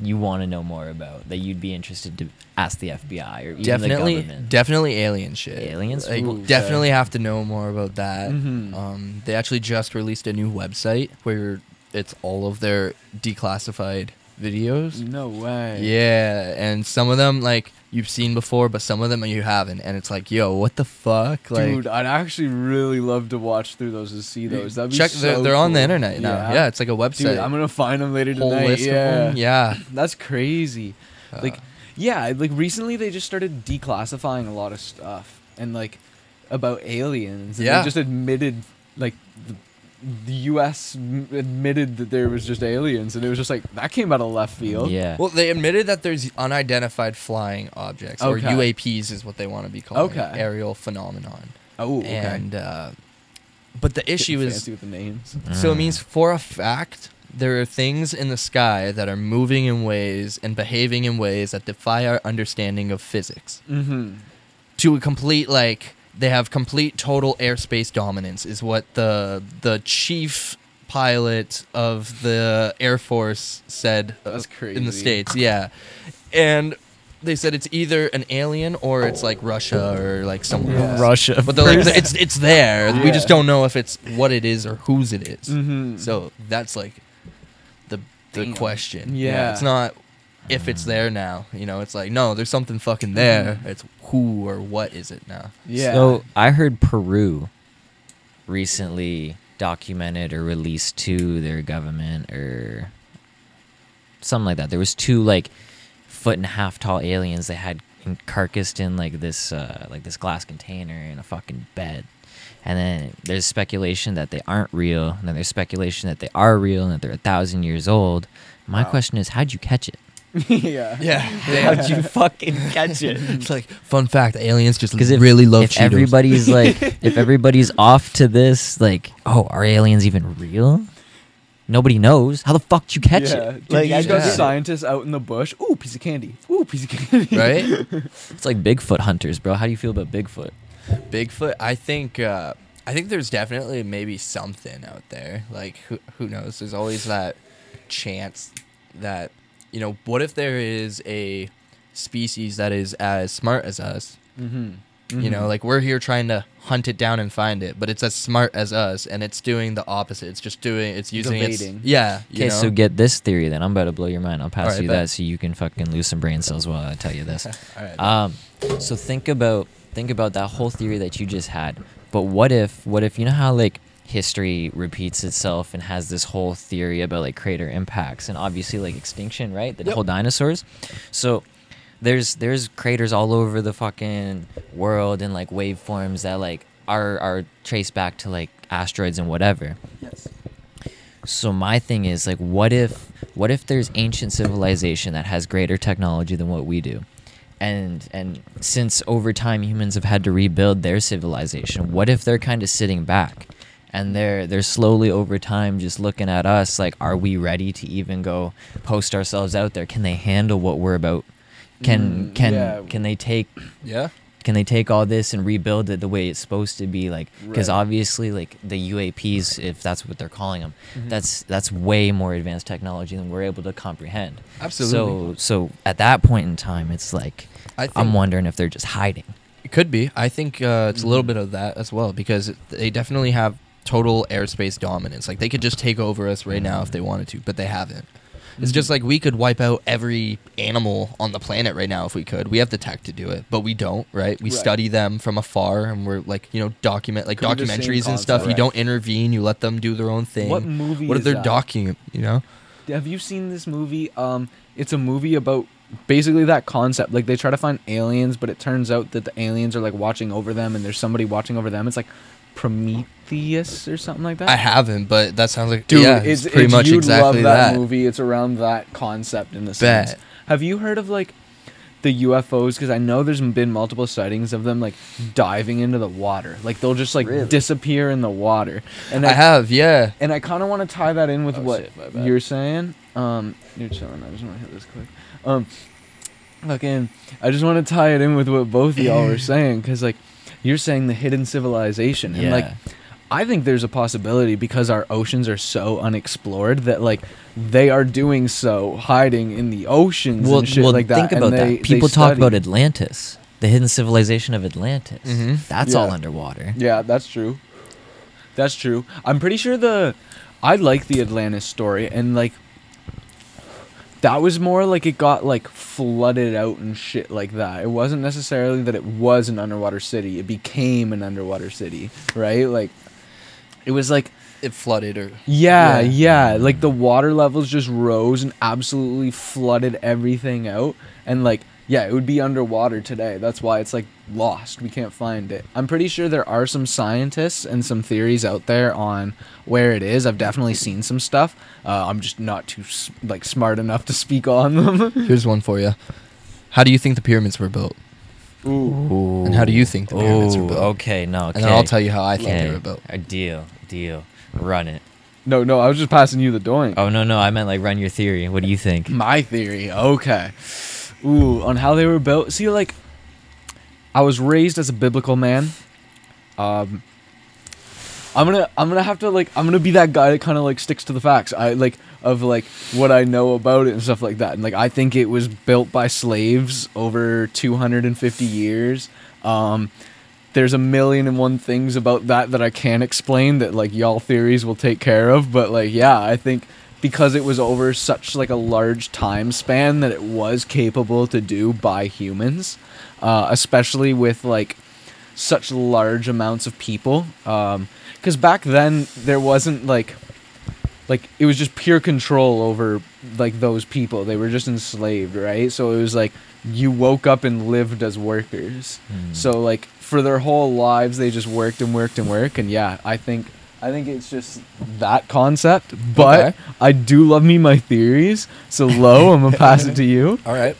Speaker 2: you want to know more about that you'd be interested to ask the FBI or even the
Speaker 1: definitely,
Speaker 2: government.
Speaker 1: definitely alien shit.
Speaker 2: Aliens?
Speaker 1: Like,
Speaker 2: Ooh,
Speaker 1: definitely have to know more about that.
Speaker 5: Mhm.
Speaker 1: Um, they actually just released a new website where it's all of their declassified videos.
Speaker 5: No way.
Speaker 1: Yeah, and some of them like you've seen before, but some of them you haven't, and it's like, yo, what the fuck? Like,
Speaker 5: Dude, I'd actually really love to watch through those and see those. That'd be
Speaker 1: check, they're,
Speaker 5: so
Speaker 1: they're on the
Speaker 5: cool.
Speaker 1: internet now. Yeah, it's like a website.
Speaker 5: Dude, I'm gonna find them later
Speaker 1: whole
Speaker 5: tonight.
Speaker 1: list
Speaker 5: yeah.
Speaker 1: of them. Yeah,
Speaker 5: That's crazy.
Speaker 1: Uh.
Speaker 5: like, yeah, like recently they just started declassifying a lot of stuff and like about aliens. And
Speaker 1: Yeah.
Speaker 5: They just admitted, like, the, the U.S. m- admitted that there was just aliens, and it was just like that came out of left field.
Speaker 2: yeah.
Speaker 1: Well, they admitted that there's unidentified flying objects,
Speaker 5: Okay.
Speaker 1: or UAPs is what they want to be called,
Speaker 5: Okay.
Speaker 1: aerial phenomenon.
Speaker 5: Oh, okay.
Speaker 1: And uh, but the issue
Speaker 5: Getting
Speaker 1: is,
Speaker 5: fancy with the names.
Speaker 1: so it means for a fact there are things in the sky that are moving in ways and behaving in ways that defy our understanding of physics
Speaker 5: Mm-hmm.
Speaker 1: to a complete like they have complete total airspace dominance is what the the chief pilot of the air force said uh,
Speaker 5: That's
Speaker 1: in
Speaker 5: crazy.
Speaker 1: the states yeah and they said it's either an alien or it's like russia or like somewhere else.
Speaker 2: Russia.
Speaker 1: but they're like it's it's there we
Speaker 5: Yeah.
Speaker 1: just don't know if it's what it is or whose it is.
Speaker 2: Mm-hmm.
Speaker 5: Mhm.
Speaker 1: so that's like the the
Speaker 5: Damn.
Speaker 1: question
Speaker 5: Yeah.
Speaker 1: it's not if it's there now you know it's like no there's something fucking there
Speaker 2: Mm-hmm.
Speaker 1: it's who or what is it now
Speaker 5: Yeah.
Speaker 2: So I heard Peru recently documented or released to their government or something like that. There was two like foot and a half tall aliens that had and carcassed in like this uh, like this glass container in a fucking bed. And then there's speculation that they aren't real, and then there's speculation that they are real and that they're a thousand years old. My question is, how'd you catch it?
Speaker 5: yeah.
Speaker 1: Yeah.
Speaker 2: How'd you fucking catch it?
Speaker 1: It's like fun fact: aliens just
Speaker 2: Because if
Speaker 1: really love
Speaker 2: if
Speaker 1: Cheetos.
Speaker 2: everybody's like if everybody's off to this, like, oh, are aliens even real? Nobody knows. How the fuck did you catch
Speaker 5: yeah.
Speaker 2: it?
Speaker 5: Dude, you just got
Speaker 1: yeah.
Speaker 5: scientists out in the bush. Ooh, piece of candy. Ooh, piece of candy.
Speaker 1: right?
Speaker 2: It's like Bigfoot hunters, bro. How do you feel about Bigfoot?
Speaker 1: Bigfoot. I think. Uh, I think there's definitely maybe something out there. Like who who knows? There's always that chance that you know. What if there is a species that is as smart as us?
Speaker 5: Mm-hmm.
Speaker 1: You know, like we're here trying to hunt it down and find it, but it's as smart as us, and it's doing the opposite. It's just doing. It's using
Speaker 5: Evading.
Speaker 1: its. Yeah. you
Speaker 2: Okay,
Speaker 1: know?
Speaker 2: so get this theory then. I'm about to blow your mind. I'll pass
Speaker 1: Alright,
Speaker 2: you
Speaker 1: bet.
Speaker 2: that so you can fucking lose some brain cells while I tell you this.
Speaker 1: All right.
Speaker 2: Um, so think about think about that whole theory that you just had. But what if what if you know how like history repeats itself and has this whole theory about like crater impacts and obviously like extinction, right? The whole dinosaurs. So there's there's craters all over the fucking world and like waveforms that like are are traced back to like asteroids and whatever. So my thing is like what if what if there's ancient civilization that has greater technology than what we do? And and since over time humans have had to rebuild their civilization, what if they're kind of sitting back and they're they're slowly over time just looking at us like are we ready to even go post ourselves out there? Can they handle what we're about? Can
Speaker 5: Mm,
Speaker 2: can
Speaker 5: yeah.
Speaker 2: can they take
Speaker 1: yeah.
Speaker 2: can they take all this and rebuild it the way it's supposed to be like because
Speaker 5: Right.
Speaker 2: obviously like the uaps if that's what they're calling them
Speaker 1: Mm-hmm.
Speaker 2: that's that's way more advanced technology than we're able to comprehend
Speaker 1: Absolutely.
Speaker 2: so so at that point in time it's like
Speaker 1: I think
Speaker 2: i'm wondering if they're just hiding
Speaker 1: It could be. I think uh, it's a
Speaker 2: Mm-hmm.
Speaker 1: little bit of that as well because it- they definitely have total airspace dominance. Like they could just take over us right now if they wanted to, but they haven't. It's
Speaker 5: Mm-hmm.
Speaker 1: just like we could wipe out every animal on the planet right now if we could. We have the tech to do it, but we don't, right? We
Speaker 5: Right.
Speaker 1: study them from afar and we're like, you know, document like
Speaker 5: Could be the same
Speaker 1: documentaries and
Speaker 5: concept.
Speaker 1: stuff. You
Speaker 5: Right.
Speaker 1: don't intervene, you let them do their own thing.
Speaker 5: What movie
Speaker 1: What if
Speaker 5: is
Speaker 1: they're
Speaker 5: that?
Speaker 1: documenting, you know?
Speaker 5: Have you seen this movie? Um, it's a movie about basically that concept. Like they try to find aliens, but it turns out that the aliens are like watching over them, and there's somebody watching over them. It's like Prometheus or something like that.
Speaker 1: I haven't, but that sounds like
Speaker 5: Dude,
Speaker 1: yeah,
Speaker 5: it's,
Speaker 1: it's pretty much
Speaker 5: you'd
Speaker 1: exactly
Speaker 5: love that,
Speaker 1: that.
Speaker 5: movie. It's around that concept in the
Speaker 1: Bet.
Speaker 5: sense. Have you heard of like the UFOs? Because I know there's been multiple sightings of them like diving into the water. Like they'll just like disappear in the water. And
Speaker 1: I have, yeah.
Speaker 5: and I kind of want to tie that in with
Speaker 1: Oh,
Speaker 5: what
Speaker 1: shit, my bad.
Speaker 5: you're saying. Um, you're chilling. I just want to hit this quick. Um, fucking. I just want to tie it in with what both of y'all were saying because like you're saying the hidden civilization and like
Speaker 2: Yeah.
Speaker 5: I think there's a possibility because our oceans are so unexplored that like they are doing so hiding in the oceans
Speaker 2: well,
Speaker 5: and shit
Speaker 2: well
Speaker 5: like that.
Speaker 2: think
Speaker 5: and
Speaker 2: about
Speaker 5: they-
Speaker 2: that people
Speaker 5: they
Speaker 2: talk about
Speaker 5: study.
Speaker 2: atlantis the hidden civilization of atlantis
Speaker 1: Mhm.
Speaker 2: that's all
Speaker 5: Yeah.
Speaker 2: underwater
Speaker 5: Yeah, that's true. That's true. I'm pretty sure the I like the Atlantis story and like that was more like it got like flooded out and shit like that. It wasn't necessarily that it was an underwater city. It became an underwater city, right? Like it was like
Speaker 1: It flooded or
Speaker 5: yeah, yeah, Like the water levels just rose and absolutely flooded everything out. And like, yeah, it would be underwater today. That's why it's like lost. We can't find it. I'm pretty sure there are some scientists and some theories out there on where it is. I've definitely seen some stuff. Uh, I'm just not too s- like smart enough to speak on them.
Speaker 1: Here's one for you. How do you think the pyramids were built? And how do you think the pyramids were
Speaker 2: Ooh,
Speaker 1: built?
Speaker 2: okay no okay
Speaker 1: And then I'll tell you how I think they
Speaker 2: Okay.
Speaker 1: were built.
Speaker 2: a deal deal run it
Speaker 5: no, no, I was just passing you the doink.
Speaker 2: oh no no i meant like run your theory what do you think
Speaker 5: My theory, okay. Ooh, on how they were built. See, like, I was raised as a biblical man. Um, I'm gonna, I'm gonna have to like, I'm gonna be that guy that kind of like sticks to the facts. I like of like what I know about it and stuff like that. And like, I think it was built by slaves over 250 years. Um, there's a million and one things about that that I can't explain that like y'all theories will take care of, but like yeah, I think because it was over such like a large time span that it was capable to do by humans, uh, especially with like such large amounts of people. um, Because back then there wasn't like like it was just pure control over like those people. They were just enslaved, right? So it was like you woke up and lived as workers. So like for their whole lives they just worked and worked and worked and yeah, I think I think it's just that concept, but
Speaker 1: Okay.
Speaker 5: I do love me my theories. So low, I'm gonna pass it to you.
Speaker 1: All right.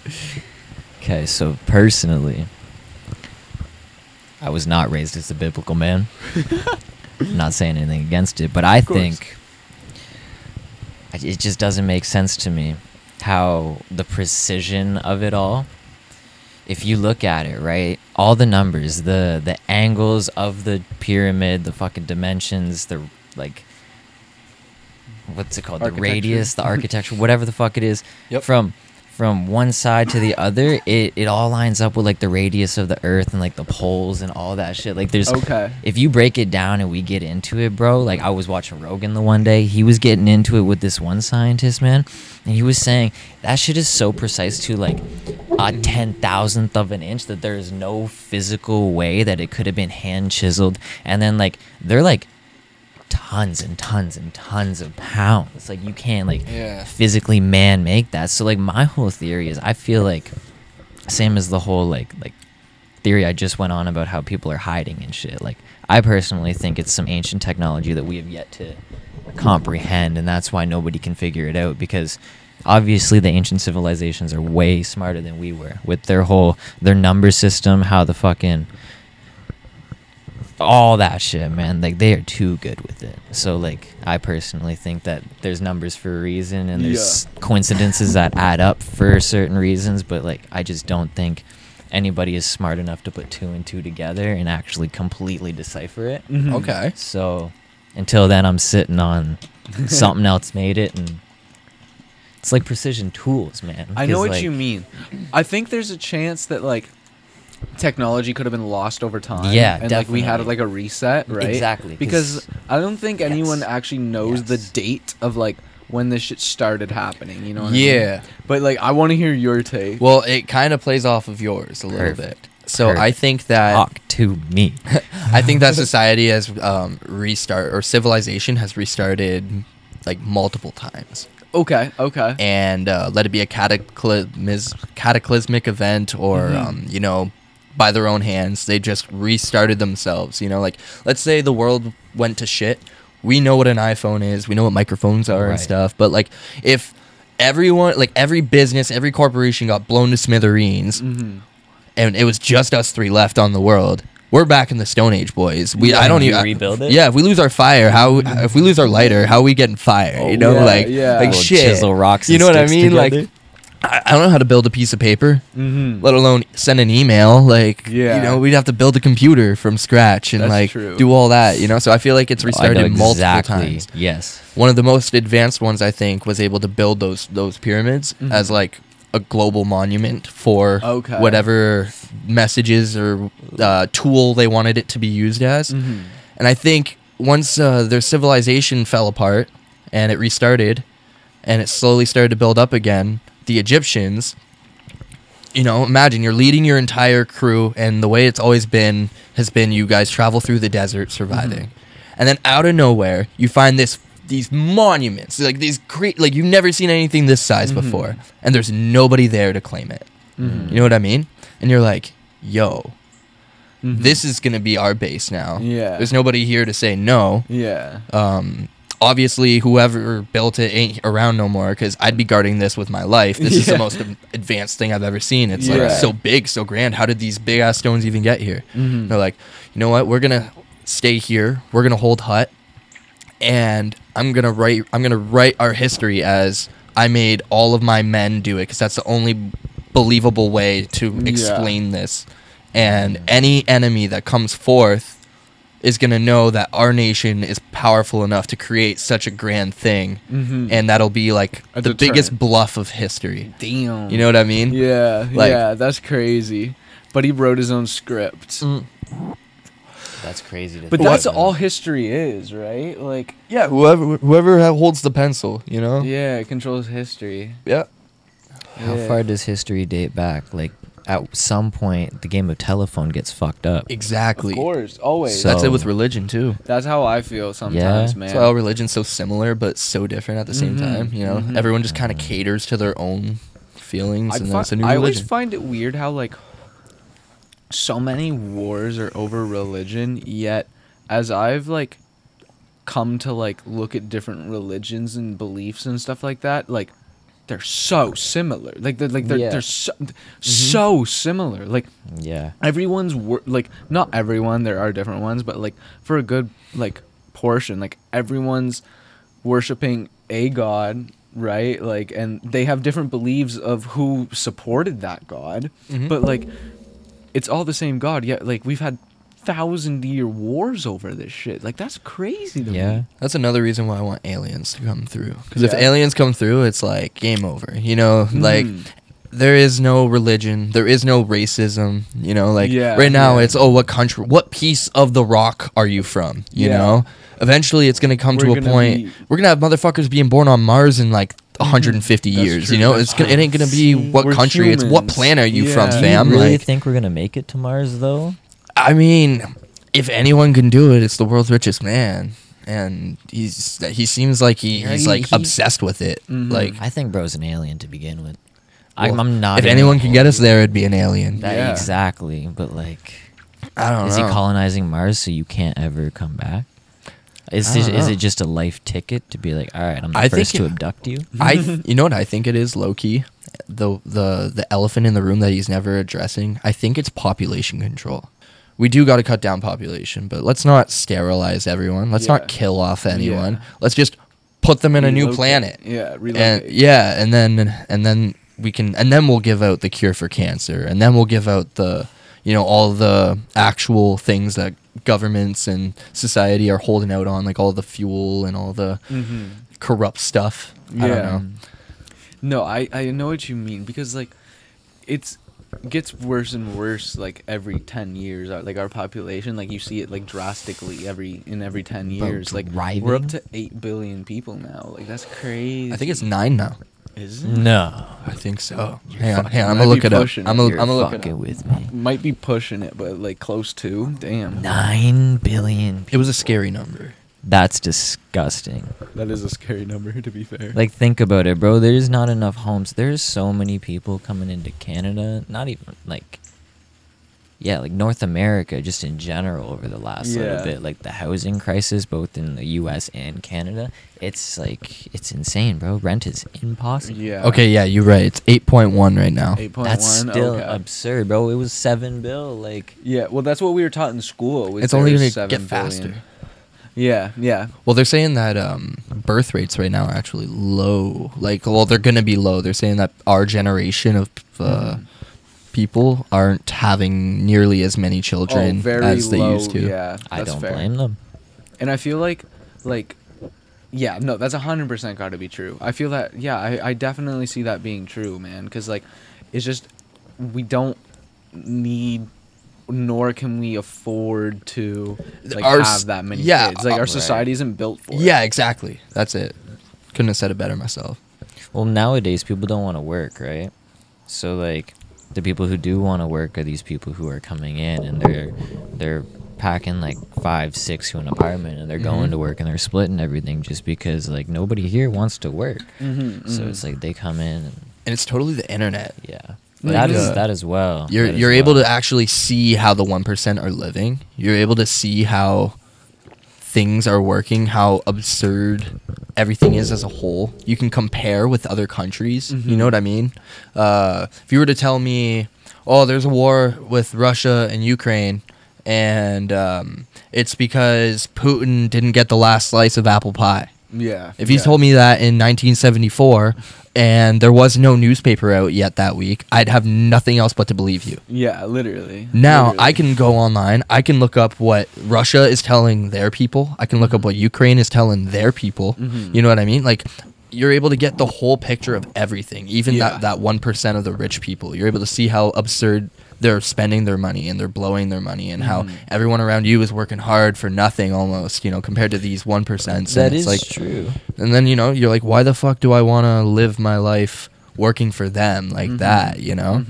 Speaker 2: Okay, so personally, I was not raised as a biblical man. I'm not saying anything against it, but I
Speaker 5: course.
Speaker 2: think I- it just doesn't make sense to me how the precision of it all. If you look at it, right, all the numbers, the the angles of the pyramid, the fucking dimensions, the like what's it called? The
Speaker 5: Architecture.
Speaker 2: radius, the architecture, whatever the fuck it is
Speaker 1: Yep.
Speaker 2: from from one side to the other, it, it all lines up with like the radius of the earth and like the poles and all that shit. Like there's
Speaker 5: Okay.
Speaker 2: if you break it down and we get into it, bro, like I was watching Rogan the one day, he was getting into it with this one scientist, man, and he was saying that shit is so precise to like a ten thousandth of an inch that there is no physical way that it could have been hand chiseled. And then like they're like tons and tons and tons of pounds. Like you can't like
Speaker 1: Yeah.
Speaker 2: physically man make that. So like my whole theory is I feel like same as the whole like like theory I just went on about how people are hiding and shit. Like I personally think it's some ancient technology that we have yet to comprehend and that's why nobody can figure it out because obviously the ancient civilizations are way smarter than we were with their whole their number system, how the fucking all that shit, man. Like they are too good with it. So like I personally think that there's numbers for a reason and there's coincidences that add up for certain reasons, but like I just don't think anybody is smart enough to put two and two together and actually completely decipher it.
Speaker 1: Mm-hmm. Hmm. Okay.
Speaker 2: So until then I'm sitting on something else made it and it's like precision tools, man.
Speaker 5: I know
Speaker 2: 'cause,
Speaker 5: what
Speaker 2: like,
Speaker 5: you mean. I think there's a chance that like technology could have been lost over time.
Speaker 2: Yeah,
Speaker 5: and like we had
Speaker 2: definitely.
Speaker 5: like a reset, right?
Speaker 2: Exactly, 'cause-
Speaker 5: Because I don't think anyone actually knows the
Speaker 2: Yes.
Speaker 5: date of like when this shit started happening. You know? What I
Speaker 1: Yeah.
Speaker 5: mean? But like, I want to hear your take.
Speaker 1: Well, it kind of plays off of yours a little
Speaker 2: Perfect.
Speaker 1: bit. So I
Speaker 2: Perfect. Ah.
Speaker 1: think that
Speaker 2: talk to me.
Speaker 1: I think that society has um, restart or civilization has restarted like multiple times,
Speaker 5: okay. Okay.
Speaker 1: and uh, let it be a cataclysmic cataclysmic event or
Speaker 2: Mm-hmm.
Speaker 1: um, you know by their own hands they just restarted themselves. You know, like let's say the world went to shit. We know what an iPhone is. We know what microphones are and
Speaker 2: Right.
Speaker 1: stuff. But like if everyone like every business every corporation got blown to smithereens
Speaker 2: Mm-hmm.
Speaker 1: and it was just us three left on the world. We're back in the Stone Age, boys. We I
Speaker 2: Yeah,
Speaker 1: don't
Speaker 2: you
Speaker 1: even
Speaker 2: rebuild it?
Speaker 1: Yeah, if we lose our fire, how if we lose our lighter, how we getting fire?
Speaker 2: Oh,
Speaker 1: you know,
Speaker 5: yeah,
Speaker 1: like
Speaker 5: yeah.
Speaker 1: like
Speaker 2: Little
Speaker 1: shit.
Speaker 2: Oh, chisel rocks
Speaker 1: You
Speaker 2: and
Speaker 1: know what I
Speaker 2: sticks
Speaker 1: mean? Like
Speaker 2: together.
Speaker 1: I, I don't know how to build a piece of paper,
Speaker 5: Mm-hmm.
Speaker 1: let alone send an email. Like
Speaker 5: Yeah.
Speaker 1: you know, we'd have to build a computer from scratch and
Speaker 5: That's
Speaker 1: like
Speaker 5: true.
Speaker 1: do all that. You know, so I feel like it's
Speaker 2: Oh, I know
Speaker 1: restarted multiple times
Speaker 2: Yes.
Speaker 1: one of the most advanced ones I think was able to build those those pyramids as like a global monument for
Speaker 5: Mm-hmm. Okay.
Speaker 1: whatever messages or uh, tool they wanted it to be used as.
Speaker 5: Mm-hmm.
Speaker 1: And I think once uh, their civilization fell apart and it restarted and it slowly started to build up again, the Egyptians you know, imagine you're leading your entire crew, and the way it's always been has been you guys travel through the desert surviving, and then out of nowhere you find this these monuments like these great like you've never seen anything this size before, and there's nobody there to claim it.
Speaker 5: Mm-hmm. Mm.
Speaker 1: You know what I mean? And you're like, yo,
Speaker 5: Mm-hmm.
Speaker 1: this is gonna be our base now.
Speaker 5: Yeah.
Speaker 1: there's nobody here to say no.
Speaker 5: Yeah.
Speaker 1: Um, obviously, whoever built it ain't around no more because I'd be guarding this with my life. This is the
Speaker 5: Yeah.
Speaker 1: most ad- advanced thing I've ever seen. It's like
Speaker 5: Yeah.
Speaker 1: so big, so grand. How did these big ass stones even get here?
Speaker 5: Mm-hmm.
Speaker 1: They're like, you know what? We're gonna stay here. We're gonna hold hut, and I'm gonna write. I'm gonna write our history as I made all of my men do it because that's the only believable way to explain this. And any enemy that comes forth is going to know that our nation is powerful enough to create such a grand thing and that'll be like
Speaker 5: Mm-hmm. A
Speaker 1: the
Speaker 5: deterrent.
Speaker 1: biggest bluff of history
Speaker 5: Damn.
Speaker 1: you know what i mean
Speaker 5: Yeah.
Speaker 1: Like-
Speaker 5: yeah. That's crazy. But he wrote his own script.
Speaker 2: That's crazy to
Speaker 5: But
Speaker 2: think
Speaker 5: that's
Speaker 2: about.
Speaker 5: all history is, right? Like,
Speaker 1: yeah whoever whoever ha- holds the pencil you know
Speaker 5: yeah, it controls history.
Speaker 1: yeah
Speaker 2: How
Speaker 5: Yeah.
Speaker 2: far does history date back? Like at some point the game of telephone gets fucked up.
Speaker 1: Exactly.
Speaker 5: Of course, always.
Speaker 2: So-
Speaker 1: That's it with religion too.
Speaker 5: That's how I feel sometimes,
Speaker 2: Yeah.
Speaker 5: man.
Speaker 1: That's why all religion's so similar but so different at the same
Speaker 5: Mm-hmm.
Speaker 1: time. You know, everyone just kind of caters to their own feelings,
Speaker 5: I,
Speaker 1: and
Speaker 5: fi-
Speaker 1: then it's a new
Speaker 5: I always
Speaker 1: religion.
Speaker 5: find it weird how like so many wars are over religion, yet as I've like come to like look at different religions and beliefs and stuff like that, like they're so similar. Like they're like they're
Speaker 2: Yeah.
Speaker 5: they're so,
Speaker 1: Mm-hmm.
Speaker 5: so similar. Like
Speaker 2: Yeah.
Speaker 5: everyone's wor- like not everyone there are different ones but like for a good like portion like everyone's worshiping a god right like and they have different beliefs of who supported that god
Speaker 1: Mm-hmm.
Speaker 5: but like it's all the same god yet like we've had thousand year wars over this shit like that's crazy to me
Speaker 2: Yeah.
Speaker 1: That's another reason why I want aliens to come through. Because if
Speaker 5: Yeah. Hmm.
Speaker 1: aliens come through, it's like game over. You know, like there is no religion, there is no racism. You know, like
Speaker 5: Yeah,
Speaker 1: right now,
Speaker 5: yeah.
Speaker 1: it's oh, what country, what piece of the rock are you from? You
Speaker 5: Yeah.
Speaker 1: know, eventually it's gonna come
Speaker 5: We're
Speaker 1: to a
Speaker 5: gonna
Speaker 1: point
Speaker 5: be-
Speaker 1: we're gonna have motherfuckers being born on Mars in like 150
Speaker 5: That's
Speaker 1: years.
Speaker 5: true.
Speaker 1: You know,
Speaker 5: That's
Speaker 1: it's gonna, it ain't gonna be what
Speaker 5: We're
Speaker 1: country, it's what
Speaker 5: humans.
Speaker 1: planet are you from,
Speaker 5: Yeah. Do you
Speaker 1: fam?
Speaker 2: Do you really
Speaker 1: like,
Speaker 2: think we're gonna make it to Mars though?
Speaker 1: I mean, if anyone can do it, it's the world's richest man, and he's he seems like he,
Speaker 2: Yeah,
Speaker 1: he's
Speaker 2: he-
Speaker 1: like
Speaker 2: he-
Speaker 1: obsessed with it. Like,
Speaker 2: I think bro's an alien to begin with.
Speaker 1: well,
Speaker 2: I'm, I'm not.
Speaker 1: If
Speaker 2: even-
Speaker 1: anyone can get us there, it'd be an alien.
Speaker 2: that
Speaker 5: Yeah.
Speaker 2: exactly, but like,
Speaker 1: I don't
Speaker 2: is
Speaker 1: know.
Speaker 2: he colonizing Mars so you can't ever come back? Is
Speaker 1: I
Speaker 2: it,
Speaker 1: don't
Speaker 2: is
Speaker 1: know.
Speaker 2: it just a life ticket to be like, all right, I'm the
Speaker 1: I think
Speaker 2: first to
Speaker 1: it-
Speaker 2: abduct you?
Speaker 1: I th- you know what I think it is low key the the the elephant in the room that he's never addressing. I think it's population control. We do got to cut down population, but let's not sterilize everyone. Let's
Speaker 5: Yeah.
Speaker 1: not kill off anyone.
Speaker 5: Yeah.
Speaker 1: Let's just put them in a new
Speaker 5: Relocate.
Speaker 1: planet.
Speaker 5: yeah
Speaker 1: and
Speaker 5: relocate.
Speaker 1: yeah, and then and then we can and then we'll give out the cure for cancer, and then we'll give out the you know all the actual things that governments and society are holding out on, like all the fuel and all the corrupt stuff. I
Speaker 5: Mm-hmm. Yeah.
Speaker 1: don't know.
Speaker 5: No, I, I know what you mean because like it's gets worse and worse like every 10 years Our- like our population like you see it like drastically every in every 10 years like we're
Speaker 2: driving?
Speaker 5: up to 8 billion people now like that's crazy
Speaker 1: I think it's nine now.
Speaker 5: is it?
Speaker 2: No,
Speaker 1: I think so. hang on, hang on. I'm gonna
Speaker 5: Oh, might be
Speaker 1: look it up.
Speaker 5: pushing
Speaker 1: I'm gonna
Speaker 5: it.
Speaker 1: I'm gonna look it
Speaker 2: fucking
Speaker 1: up.
Speaker 2: with me.
Speaker 5: might be pushing it but like close to damn
Speaker 2: Nine billion.
Speaker 1: It was a scary number.
Speaker 2: That's disgusting.
Speaker 5: that is a scary number to be fair
Speaker 2: Like, think about it, bro. There's not enough homes. There's so many people coming into Canada. Not even like, yeah, like North America, just in general, over the last
Speaker 5: Yeah.
Speaker 2: little bit. Like the housing crisis, both in the U.S. and Canada. It's like it's insane, bro. Rent is impossible.
Speaker 5: yeah
Speaker 1: Okay, yeah, you're right. It's eight point one right now.
Speaker 5: 8.1
Speaker 2: That's still
Speaker 5: okay.
Speaker 2: absurd, bro. It was seven bill. Like,
Speaker 5: yeah well that's what we were taught in school was
Speaker 1: It's only
Speaker 5: there
Speaker 1: gonna
Speaker 5: was
Speaker 1: get
Speaker 5: 7 billion.
Speaker 1: faster.
Speaker 5: yeah yeah
Speaker 1: Well, they're saying that um, birth rates right now are actually low. Like, well, they're going to be low. They're saying that our generation of uh, people aren't having nearly as many children as they used to.
Speaker 5: Oh, yeah
Speaker 2: I
Speaker 5: that's
Speaker 2: don't
Speaker 5: fair.
Speaker 2: blame them.
Speaker 5: And I feel like, like, yeah, no, that's hundred percent got to be true. I feel that, yeah, I, I definitely see that being true, man. Because like, it's just we don't need, nor can we afford to like
Speaker 1: Our s-
Speaker 5: have that many
Speaker 1: yeah,
Speaker 5: kids. Like
Speaker 1: uh,
Speaker 5: our
Speaker 1: right.
Speaker 5: society isn't built for. it.
Speaker 1: Yeah, exactly. That's it. Couldn't have said it better myself.
Speaker 2: Well, nowadays people don't want to work, right? So like the people who do want to work are these people who are coming in and they're they're packing like five, six to an apartment and they're
Speaker 4: Mm-hmm.
Speaker 2: going to work and they're splitting everything just because like nobody here wants to work.
Speaker 4: Mm-hmm,
Speaker 2: So it's like they come in and
Speaker 1: And it's totally the internet.
Speaker 2: yeah.
Speaker 1: Like,
Speaker 2: that is
Speaker 1: uh,
Speaker 2: that as well.
Speaker 1: You're
Speaker 2: That as
Speaker 1: you're able
Speaker 2: well.
Speaker 1: to actually see how the one percent are living. You're able to see how things are working, how absurd everything is as a whole. You can compare with other countries. You know what I mean? Uh, if you were to tell me, oh, there's a war with Russia and Ukraine, and um, it's because Putin didn't get the last slice of apple pie.
Speaker 5: yeah.
Speaker 1: If you
Speaker 5: yeah.
Speaker 1: told me that in 1974 and there was no newspaper out yet that week, I'd have nothing else but to believe you.
Speaker 5: yeah, literally.
Speaker 1: Now
Speaker 5: literally.
Speaker 1: I can go online. I can look up what Russia is telling their people. I can look up what Ukraine is telling their people. You know what I mean? Like you're able to get the whole picture of everything, even
Speaker 5: Yeah.
Speaker 1: that that one percent of the rich people. You're able to see how absurd they're spending their money and they're blowing their money, and how everyone around you is working hard for nothing almost. You know, compared to these one percents.
Speaker 2: That
Speaker 1: and it's
Speaker 2: is
Speaker 1: like,
Speaker 2: true.
Speaker 1: and then you know you're like, why the fuck do I want to live my life working for them like that? You know.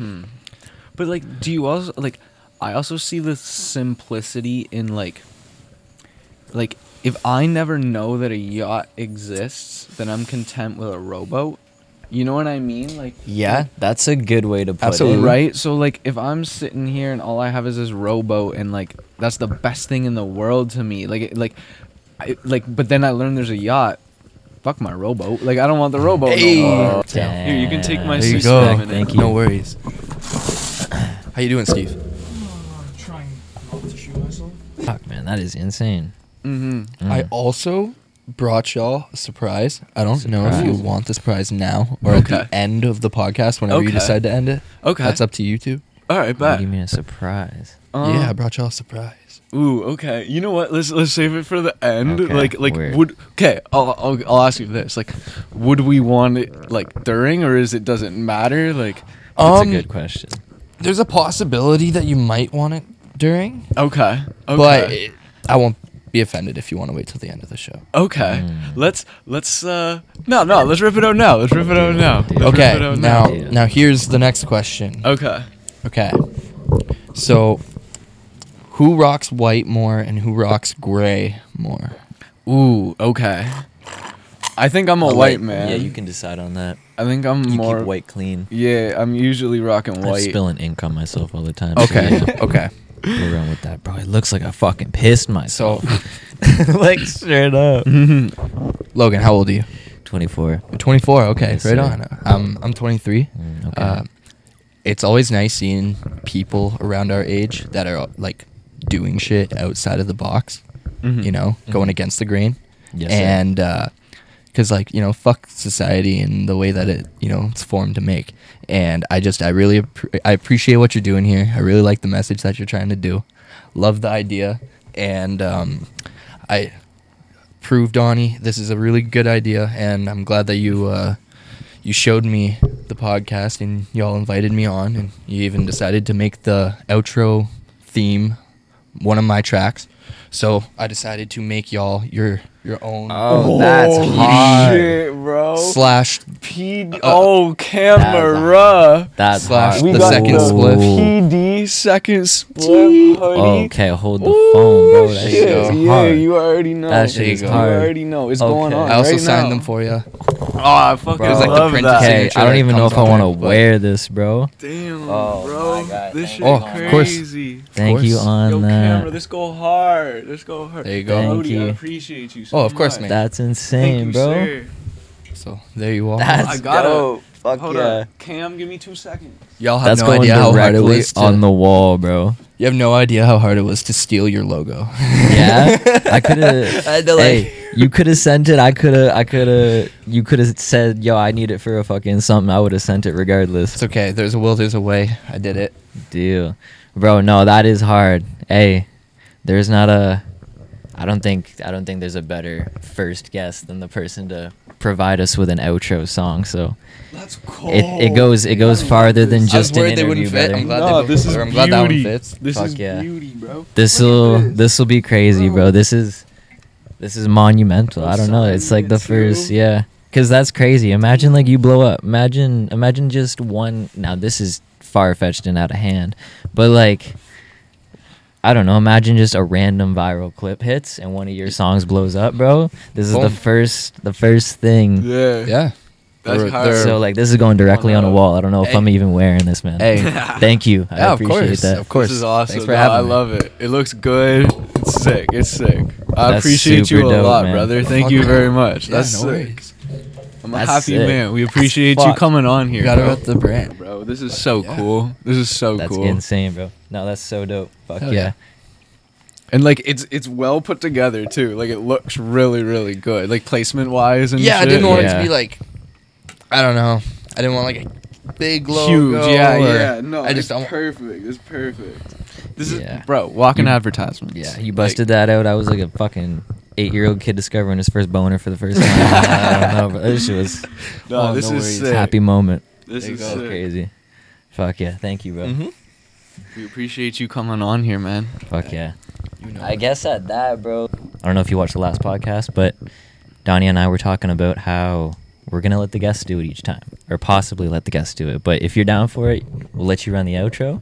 Speaker 5: But like, do you also like? I also see the simplicity in like, like if I never know that a yacht exists, then I'm content with a rowboat. You know what I mean? Like,
Speaker 2: Yeah, that's a good way to put
Speaker 1: Absolutely.
Speaker 2: it.
Speaker 5: right? So like, if I'm sitting here and all I have is this rowboat, and like that's the best thing in the world to me. Like, it- like, I, like. But then I learned there's a yacht. Fuck my rowboat. Like, I don't want the rowboat. no
Speaker 1: Hey.
Speaker 5: more.
Speaker 2: Damn.
Speaker 4: Here, you can take my
Speaker 1: There you
Speaker 4: six
Speaker 1: go.
Speaker 4: pack.
Speaker 2: Thank you.
Speaker 1: No worries. How you doing, Steve?
Speaker 7: trying not to shoot myself.
Speaker 2: Fuck, man, that is insane.
Speaker 5: Mm-hmm.
Speaker 1: I also brought y'all a surprise. I don't know if you
Speaker 2: Surprise.
Speaker 1: want this prize now or
Speaker 5: Okay.
Speaker 1: at the end of the podcast whenever you
Speaker 5: Okay.
Speaker 1: decide to end it.
Speaker 5: Okay.
Speaker 1: That's up to you two.
Speaker 5: all right,
Speaker 2: What do
Speaker 5: bet.
Speaker 2: you mean a surprise?
Speaker 5: Um,
Speaker 1: yeah, I brought y'all a surprise.
Speaker 5: Ooh, okay. You know what? Let's let's save it for the end.
Speaker 2: Okay,
Speaker 5: like like
Speaker 2: weird.
Speaker 5: would okay. I'll, I'll I'll ask you this. Like, would we want it like during or is it doesn't matter? Like,
Speaker 2: That's
Speaker 1: Um,
Speaker 2: a good question.
Speaker 1: There's a possibility that you might want it during,
Speaker 5: okay, okay,
Speaker 1: but it, I won't be offended if you want to wait till the end of the show.
Speaker 5: okay.
Speaker 1: Hmm.
Speaker 5: Let's let's uh no no. Let's rip it out now. Let's rip it out now. Let's rip it
Speaker 1: Okay,
Speaker 5: out
Speaker 1: now
Speaker 2: Yeah.
Speaker 1: now here's the next question.
Speaker 5: Okay.
Speaker 1: Okay, so who rocks white more and who rocks gray more?
Speaker 5: Ooh, okay. I think I'm a
Speaker 2: I'll
Speaker 5: white
Speaker 2: let-
Speaker 5: man.
Speaker 2: Yeah, you can decide on that.
Speaker 5: I think I'm
Speaker 2: You
Speaker 5: more
Speaker 2: keep white clean.
Speaker 5: Yeah, I'm usually rocking
Speaker 2: I'm
Speaker 5: white.
Speaker 2: spilling ink on myself all the time. so
Speaker 1: Okay,
Speaker 2: yeah,
Speaker 1: okay.
Speaker 2: go around with that, bro. It looks like I fucking pissed
Speaker 1: So,
Speaker 2: myself. like straight up.
Speaker 1: Logan, how old are you?
Speaker 2: Twenty-four.
Speaker 1: 24. Okay,
Speaker 2: Yes,
Speaker 1: right
Speaker 2: sir.
Speaker 1: on. Um, I'm 23.
Speaker 2: Mm, okay.
Speaker 1: Uh, it's always nice seeing people around our age that are like doing shit outside of the box, you know, going against the grain.
Speaker 2: Mm-hmm. Yes, sir.
Speaker 1: and because like you know, fuck society and the way that it you know it's formed to make. And I just I really appre- I appreciate what you're doing here. I really like the message that you're trying to do. Love the idea, and um, I prove Donnie this is a really good idea, and I'm glad that you uh, you showed me the podcast and y'all invited me on, and you even decided to make the outro theme one of my tracks. So I decided to make y'all your your own
Speaker 2: oh, that's hard.
Speaker 5: Shit, bro.
Speaker 1: slash
Speaker 5: PD. oh, camera.
Speaker 2: That's
Speaker 1: Slash
Speaker 2: hard.
Speaker 1: Uh, the second split.
Speaker 5: PD second split.
Speaker 1: Oh,
Speaker 5: honey.
Speaker 2: Okay, hold the phone, bro. That
Speaker 1: shit.
Speaker 2: shit is
Speaker 1: go.
Speaker 5: Yeah,
Speaker 2: hard.
Speaker 5: you already know.
Speaker 2: That shit
Speaker 1: is
Speaker 5: you
Speaker 2: hard.
Speaker 5: already know. It's going
Speaker 2: Okay.
Speaker 5: on.
Speaker 1: I also
Speaker 5: right
Speaker 1: signed
Speaker 5: now.
Speaker 1: them for you.
Speaker 5: Oh, I fucking
Speaker 1: It was like the
Speaker 5: love
Speaker 1: printed
Speaker 5: that.
Speaker 2: Okay,
Speaker 1: signature
Speaker 2: I don't
Speaker 1: that
Speaker 2: even know
Speaker 1: comes
Speaker 2: if I
Speaker 1: on
Speaker 2: want to
Speaker 1: there, but-
Speaker 2: wear this, bro.
Speaker 5: Damn,
Speaker 2: Oh,
Speaker 5: bro.
Speaker 2: my
Speaker 5: This
Speaker 2: God, thank
Speaker 5: shit
Speaker 1: you. Oh, of course.
Speaker 5: crazy.
Speaker 2: Thank you
Speaker 1: course.
Speaker 2: on
Speaker 5: Yo, camera,
Speaker 2: that.
Speaker 5: this go hard. This go hard.
Speaker 1: There you go.
Speaker 2: uh, Thank
Speaker 5: Brody, I
Speaker 2: you.
Speaker 5: appreciate you so
Speaker 1: Oh, of course,
Speaker 5: much.
Speaker 1: man.
Speaker 2: That's
Speaker 5: Thank
Speaker 2: insane,
Speaker 5: you,
Speaker 2: bro.
Speaker 5: sir.
Speaker 1: So there you are.
Speaker 2: That's
Speaker 5: I gotta-
Speaker 2: dope. Fuck
Speaker 5: Hold
Speaker 2: yeah.
Speaker 5: on. Cam, give me two seconds.
Speaker 1: y'all have
Speaker 2: That's
Speaker 1: no
Speaker 2: going
Speaker 1: idea how hard it
Speaker 2: directly
Speaker 1: was to,
Speaker 2: on the wall, bro.
Speaker 1: You have no idea how hard it was to steal your logo.
Speaker 2: Yeah, I could have.
Speaker 1: I had to, like-
Speaker 2: hey, you could have sent it. I could have. I could have. You could have said, "Yo, I need it for a fucking something." I would have sent it regardless.
Speaker 1: it's okay. There's a will. There's a way. I did it.
Speaker 2: Deal, bro. No, that is hard. Hey, there's not a. I don't think. I don't think there's a better first guest than the person to provide us with an outro song. So
Speaker 5: Let's go.
Speaker 2: it, it goes. It goes farther
Speaker 1: Oh.
Speaker 2: than
Speaker 1: I was
Speaker 2: just an
Speaker 1: worried they wouldn't
Speaker 2: interview.
Speaker 1: fit.
Speaker 2: brother.
Speaker 1: I'm glad
Speaker 5: No,
Speaker 1: they
Speaker 5: this
Speaker 1: both-
Speaker 5: is
Speaker 1: or I'm glad that one
Speaker 5: beauty.
Speaker 1: fits.
Speaker 5: This
Speaker 2: Fuck
Speaker 5: is
Speaker 2: yeah.
Speaker 5: beauty, bro.
Speaker 2: This
Speaker 5: Look at
Speaker 2: will
Speaker 5: this.
Speaker 2: this will be crazy, bro. This is this is monumental. I don't know. It's like the
Speaker 5: Monumental.
Speaker 2: first, yeah. Cuz that's crazy. Imagine like you blow up. Imagine imagine just one Now this is far-fetched and out of hand. But like I don't know. Imagine just a random viral clip hits and one of your songs blows up, bro. This is the
Speaker 1: Boom.
Speaker 2: first the first thing.
Speaker 5: Yeah.
Speaker 1: Yeah.
Speaker 5: That's
Speaker 1: They're-
Speaker 5: hard.
Speaker 1: they're-
Speaker 2: So like this is going directly on a wall. I don't know if
Speaker 1: Hey.
Speaker 2: I'm even wearing this, man.
Speaker 1: Hey.
Speaker 2: Thank you. I
Speaker 1: yeah, of
Speaker 2: appreciate
Speaker 1: course.
Speaker 2: that.
Speaker 1: Of course.
Speaker 5: This is awesome.
Speaker 1: Thanks for
Speaker 5: No,
Speaker 1: having
Speaker 5: I
Speaker 1: me.
Speaker 5: love it. It looks good. It's sick. It's sick. I
Speaker 2: That's
Speaker 5: appreciate you
Speaker 2: super
Speaker 5: a
Speaker 2: dope,
Speaker 5: lot,
Speaker 2: man.
Speaker 5: brother. Thank
Speaker 1: Fuck
Speaker 5: you
Speaker 1: yeah.
Speaker 5: very much.
Speaker 1: Yeah,
Speaker 5: That's
Speaker 1: no
Speaker 5: sick.
Speaker 1: worries.
Speaker 5: I'm a
Speaker 2: That's
Speaker 5: happy
Speaker 2: sick.
Speaker 5: man. We appreciate you
Speaker 2: Fuck.
Speaker 5: coming on here.
Speaker 1: You got to
Speaker 5: bro.
Speaker 1: rep the brand.
Speaker 5: Bro, this is so
Speaker 1: yeah.
Speaker 5: cool. This is so
Speaker 2: That's
Speaker 5: cool.
Speaker 2: insane, bro. No, that's so dope. Fuck
Speaker 1: Hell yeah.
Speaker 2: yeah.
Speaker 5: And like it's it's well put together too. Like it looks really really good. Like placement wise and
Speaker 1: Yeah, I
Speaker 5: shit.
Speaker 1: didn't want it
Speaker 2: Yeah.
Speaker 1: to be like, I don't know. I didn't want like a big logo.
Speaker 5: huge. Yeah,
Speaker 1: or-
Speaker 5: yeah. No,
Speaker 1: I just
Speaker 5: it's
Speaker 1: don't.
Speaker 5: perfect. It's perfect. This
Speaker 2: Yeah.
Speaker 5: is bro walking advertisements.
Speaker 2: Yeah, you busted that out. I was like a fucking eight-year-old kid discovering his first boner for the first time. I don't know, but this shit was
Speaker 5: Like, no,
Speaker 1: Oh,
Speaker 5: this
Speaker 1: no
Speaker 5: is
Speaker 1: worries.
Speaker 5: sick.
Speaker 2: happy moment.
Speaker 5: This
Speaker 1: There
Speaker 5: is
Speaker 1: you go.
Speaker 5: sick. Mm-hmm.
Speaker 2: Crazy. Fuck yeah. Thank you, bro.
Speaker 5: We appreciate you coming on here, man.
Speaker 2: Fuck yeah.
Speaker 1: You know
Speaker 2: I guess at that, bro. I don't know if you watched the last podcast, but Donnie and I were talking about how we're gonna let the guests do it each time, or possibly let the guests do it. But if you're down for it, we'll let you run the outro.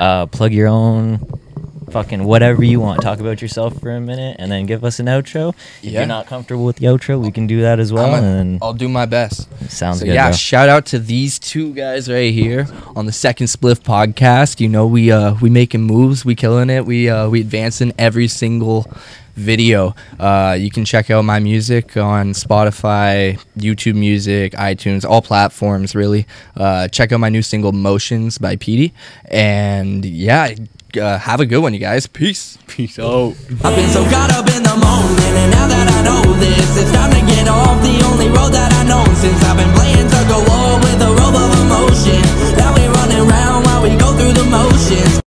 Speaker 2: Uh, plug your own fucking whatever you want. Talk about yourself for a minute, and then give us an outro. If
Speaker 1: Yeah.
Speaker 2: you're not comfortable with the outro, we can do that as well.
Speaker 1: I'ma-
Speaker 2: and
Speaker 1: I'll do my best.
Speaker 2: sounds
Speaker 1: So
Speaker 2: good.
Speaker 1: yeah,
Speaker 2: bro.
Speaker 1: shout out to these two guys right here on the second Spliff podcast. You know we uh we making moves, we killing it, we uh we advancing every single video. Uh, you can check out my music on Spotify, YouTube Music, iTunes, all platforms really. Uh, check out my new single Motions by Petey, and yeah. Uh, have a good one, you guys. Peace. Peace out.
Speaker 8: I've been so caught up in the moment, and now that I know this, it's time to get off the only road that I know since I've been playing tug of war with a rope of emotion. Now we're running round while we go through the motions.